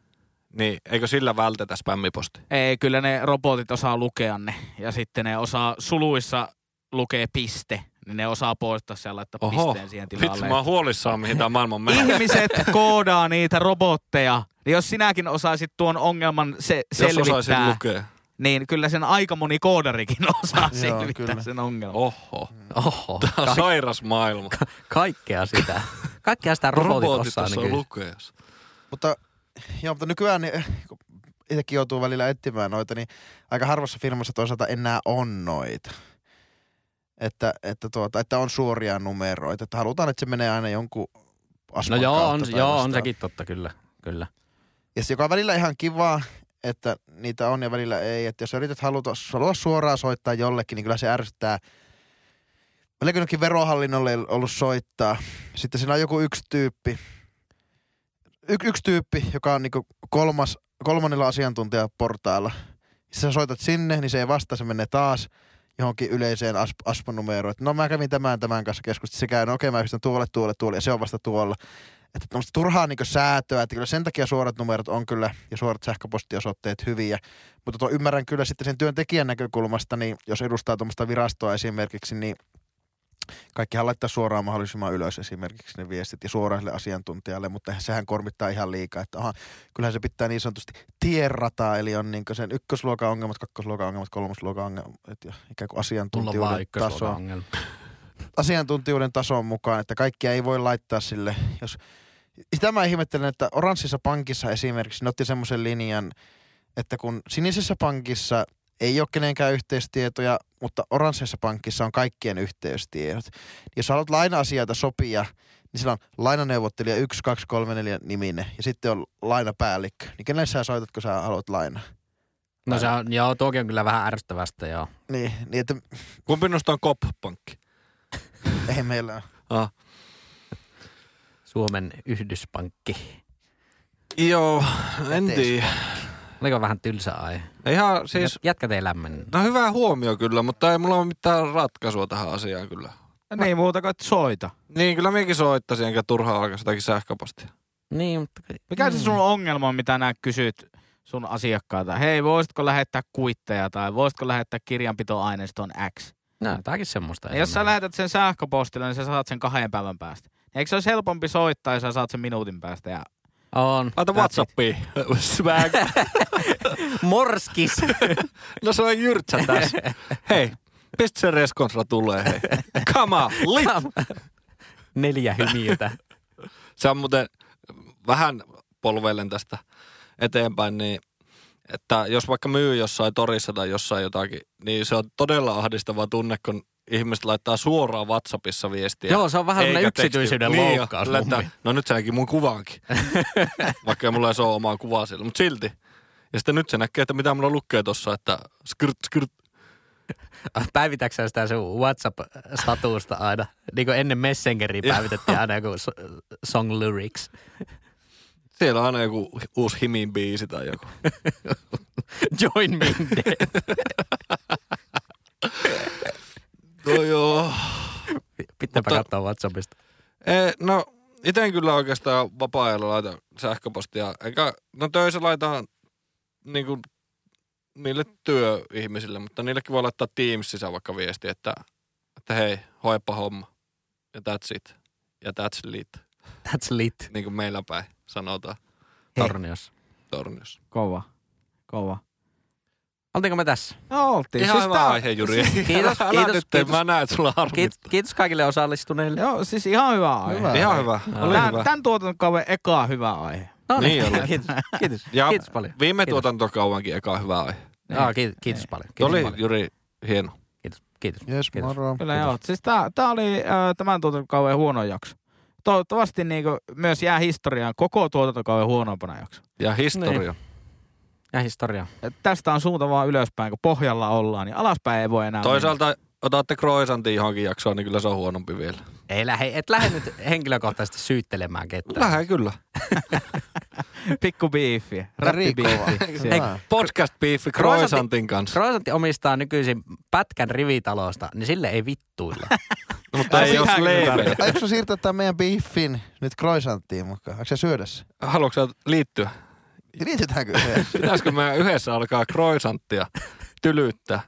niin eikö sillä vältetä spämmiposti?
Ei, kyllä ne robotit osaa lukea ne ja sitten ne osaa suluissa lukee piste, niin ne osaa poistaa sen ja laittaa
Oho.
pisteen siihen
Vittu, mä oon
tilalle.
huolissaan, mihin tää maailma menee.
Ihmiset koodaa niitä robotteja. Niin jos sinäkin osaisit tuon ongelman se
Jos
selvittää,
osaisin lukea.
niin kyllä sen aika moni koodarikin osaa
Joo,
selvittää
kyllä.
sen ongelman.
Oho.
Oho,
Tämä on sairas maailma.
kaikkea sitä. Kaikkea sitä robotit,
Robotit
osaa.
osaa
Niin kyllä.
lukea.
Mutta, joo, mutta nykyään niin, eh, kun itsekin joutuu välillä etsimään noita, niin aika harvassa firmassa toisaalta enää on noita. Että, että, tuota, että on suoria numeroita. Että halutaan, että se menee aina jonkun
no
asman
joo,
kautta
on,
tai
joo, on
vastaan.
sekin totta, kyllä. kyllä.
Ja se, joka on välillä ihan kivaa, että niitä on ja välillä ei. Että jos yrität haluta, haluta suoraan soittaa jollekin, niin kyllä se ärsyttää. Meillä jonnekin verohallinnolle ei ollut soittaa. Sitten siinä on joku yksi tyyppi, y- yksi tyyppi joka on niinku kolmas, kolmannella asiantuntijaportailla. Sitten sä soitat sinne, niin se ei vastaa, se menee taas johonkin yleiseen asp- aspan numeroon. Että no mä kävin tämän tämän kanssa keskustelua. Se käy, no okei mä pistän tuolle, tuolle, tuolle ja se on vasta tuolla että tämmöistä turhaa niin säätöä, että kyllä sen takia suorat numerot on kyllä ja suorat sähköpostiosoitteet hyviä, mutta tuo ymmärrän kyllä sitten sen työntekijän näkökulmasta, niin jos edustaa tuommoista virastoa esimerkiksi, niin kaikkihan laittaa suoraan mahdollisimman ylös esimerkiksi ne viestit ja suoraan sille asiantuntijalle, mutta eihän sehän kormittaa ihan liikaa, että aha, kyllähän se pitää niin sanotusti tierrataa, eli on niin sen ykkösluokan ongelmat, kakkosluokan ongelmat, kolmosluokan ongelmat ja ikään kuin
Mulla on vaan
asiantuntijuuden
ykkösluokan
tasoa
ongelma.
asiantuntijuuden tason mukaan, että kaikkia ei voi laittaa sille, jos... Sitä mä ihmettelen, että Oranssissa pankissa esimerkiksi ne otti semmoisen linjan, että kun sinisessä pankissa ei ole kenenkään yhteystietoja, mutta oranssissa pankissa on kaikkien yhteystiedot. Jos haluat laina-asioita sopia, niin sillä on lainaneuvottelija 1, 2, 3, 4 niminen ja sitten on lainapäällikkö. Niin kenelle sä soitat, kun sä haluat lainaa?
No se on, joo, tuokin on kyllä vähän ärsyttävästä, joo.
Niin, niin että
Kumpi noista on Coop-pankki?
ei meillä ole.
Ah.
Suomen Yhdyspankki.
Joo, en
Eteis-
tiedä.
Oliko vähän tylsä aihe?
Ihan
Siis...
siis,
Jätkät ei lämmennyt.
no hyvä huomio kyllä, mutta ei mulla ole mitään ratkaisua tähän asiaan kyllä.
Niin muuta kuin, että soita.
Niin, kyllä minäkin soittaisin, enkä turhaa alkaa jotakin sähköpostia.
Niin, mutta...
Mikä
Mm.
se sun ongelma on, mitä nää kysyt sun asiakkaalta? Hei, voisitko lähettää kuitteja tai voisitko lähettää kirjanpitoaineiston X?
No, jotakin semmoista.
Ja jos sä
Mm.
enemmän.
lähetät sen sähköpostilla, niin sä saat sen kahden päivän päästä. Eikö se olisi helpompi soittaa, jos sä saat sen minuutin päästä? Ja...
On.
Laita
That's
Whatsappiin. Swag.
Morskis.
No se on jyrtsä tässä. Hei, pistä se responsra tulee, hei. Come on, lit.
Neljä hymiötä.
Se on muuten vähän polveillen tästä eteenpäin, niin että jos vaikka myy jossain torissa tai jossain jotakin, niin se on todella ahdistava tunne, kun ihmiset laittaa suoraan WhatsAppissa viestiä.
Joo, se on vähän
Eikä
semmoinen
teksti-
yksityisyyden
niin,
loukkaus
kyllä,
mun
että, No nyt se näki mun kuvaankin, vaikka ei mulla ei se ole omaa kuvaa sillä, mutta silti. Ja sitten nyt se näkee, että mitä mulla lukee tuossa, että skrt, skrt.
Päivitäksä sitä sun WhatsApp-statusta aina? Niin kuin ennen Messengeriä
Joo.
päivitettiin aina joku so- song lyrics.
Siellä on aina joku uusi himin biisi tai joku.
Join me in death.
No joo.
Pitääpä
Mutta-
katsoa WhatsAppista.
Ei, no, itse en kyllä oikeastaan vapaa-ajalla laita sähköpostia. Eikä, no töissä laitaan niin kuin, niille työihmisille, mutta niillekin voi laittaa Teamsissa vaikka viesti, että, että hei, hoipa homma. Ja that's it. Ja that's lit.
That's lit.
Niin kuin meillä päin sanotaan
Hei.
Tornios.
torniossa.
Kova. Kova.
Oltiinko me tässä?
No
Niin
oltiin.
Ihan
siis
hyvä
tää-
aihe, Juri.
kiitos,
älä,
kiitos,
nyt,
kiitos.
Mä näen, että sulla
Kiitos,
harmit.
kiitos kaikille osallistuneille.
Joo, siis ihan hyvä aihe.
Hyvä.
Ihan hyvä. Oli
Tän,
hyvä.
tämän tuotantokauden eka hyvä aihe.
No
Niin oli.
kiitos, kiitos,
Ja
kiitos paljon.
Viime
Kiitos.
tuotantokauankin eka hyvä aihe.
Niin.
Joo, kiitos, kiitos paljon.
Tuo
Kiitos
oli,
paljon.
Juri, hieno.
Kiitos, kiitos.
Jes,
Kiitos.
moro.
Kyllä joo. Siis tää, tää oli äh, tämän tuotantokauden huono jakso. Toivottavasti niinku myös jää historiaan koko tuotantokauden huonompana jakso.
Ja
Niin.
historia.
Ja historia.
Et tästä on suunta vaan ylöspäin, kun pohjalla ollaan, niin alaspäin ei voi enää
Toisaalta otatte croissantin johonkin jaksoon, niin kyllä se on huonompi vielä.
Ei lähe, et lähde nyt henkilökohtaisesti syyttelemään ketään.
Lähden kyllä.
mennä. Pikku biifiä, räppibiifiä.
Ei,
Siellä.
Podcast beefi croissantin kanssa.
Roosantti omistaa nykyisin pätkän rivitalosta, niin sille ei vittuilla.
No, mutta
Ai,
ei ole
sitä kyllä
leiveä.
tarvitaan.
Aiotko sä siirtää tämän meidän biiffin nyt croissanttiin mukaan? Onko se syödä se?
Haluatko sä liittyä?
Liitetäänkö se?
Pitäisikö meidän yhdessä alkaa croissanttia tylyttää?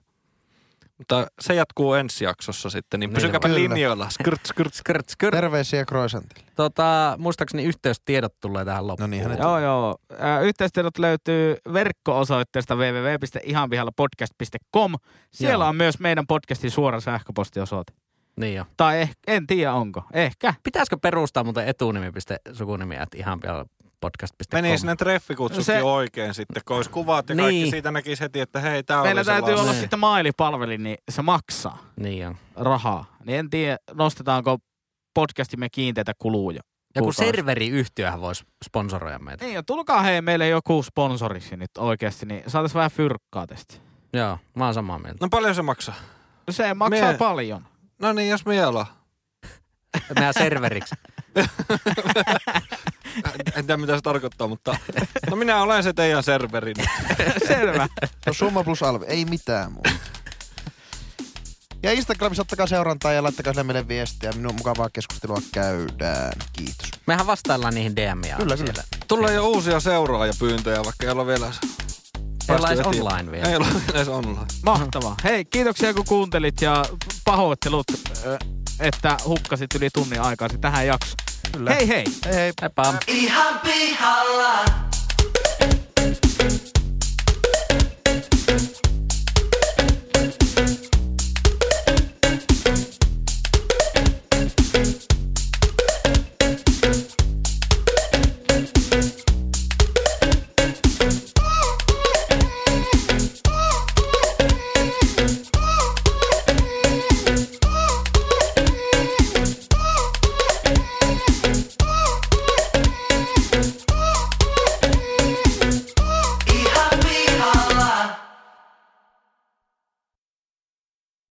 Mutta se jatkuu ensi jaksossa sitten, niin
Niin
pysykääpä
kyllä.
linjoilla. Skrt, skrt.
Skrt, skrt.
Terveisiä Kroisantille.
Tota, muistaakseni yhteystiedot tulee tähän loppuun.
No niinhän ne
Joo, joo. Ää, Yhteystiedot löytyy verkko-osoitteesta www.ihanpihallapodcast.com. Siellä
Joo.
on myös meidän podcastin suora sähköpostiosoite.
Niin jo.
Tai eh, en tiedä onko. Ehkä.
Pitäisikö perustaa muuten etunimi, piste, sukunimi, että ihan vielä podcast.com.
Meni sinne treffikutsutkin
Se-
se... oikein sitten, kun olisi kuvat ja kaikki
Niin.
siitä näkisi heti, että hei, tää
Meillä
oli se
täytyy
Lasse.
olla
Niin.
sitten mailipalveli, niin se maksaa
Niin jo.
rahaa. Niin en tiedä, nostetaanko podcastimme kiinteitä kuluja.
Joku
Kuulkaa.
serveriyhtiöhän voisi sponsoroida meitä.
Niin, ja tulkaa hei meille joku sponsoriksi nyt oikeasti, niin saataisiin vähän fyrkkaa tästä.
Joo, mä oon samaa mieltä.
No paljon se maksaa?
Se maksaa
Me-
paljon.
No niin, jos me ollaan.
Meidän serveriksi.
Ä- En tiedä, mitä se tarkoittaa, mutta no minä olen se teidän serveri. nyt.
Selvä.
No summa plus alvi, ei mitään muuta. Ja Instagramissa ottakaa seurantaa ja laittakaa sille meille viestiä. Minun mukavaa keskustelua käydään. Kiitos.
Mehän vastaillaan niihin DM-jä.
Kyllä, kyllä.
Tulee jo uusia seuraajapyyntöjä, vaikka ei olla vielä...
Ei olla edes
päästy
online vielä.
Ei olla edes online.
Mahtavaa. Hei, kiitoksia kun kuuntelit ja pahoittelut, ö, että hukkasit yli tunnin aikaa tähän jaksoon. Hei hei!
Hei hei.
Heippa.
Ihan pihalla.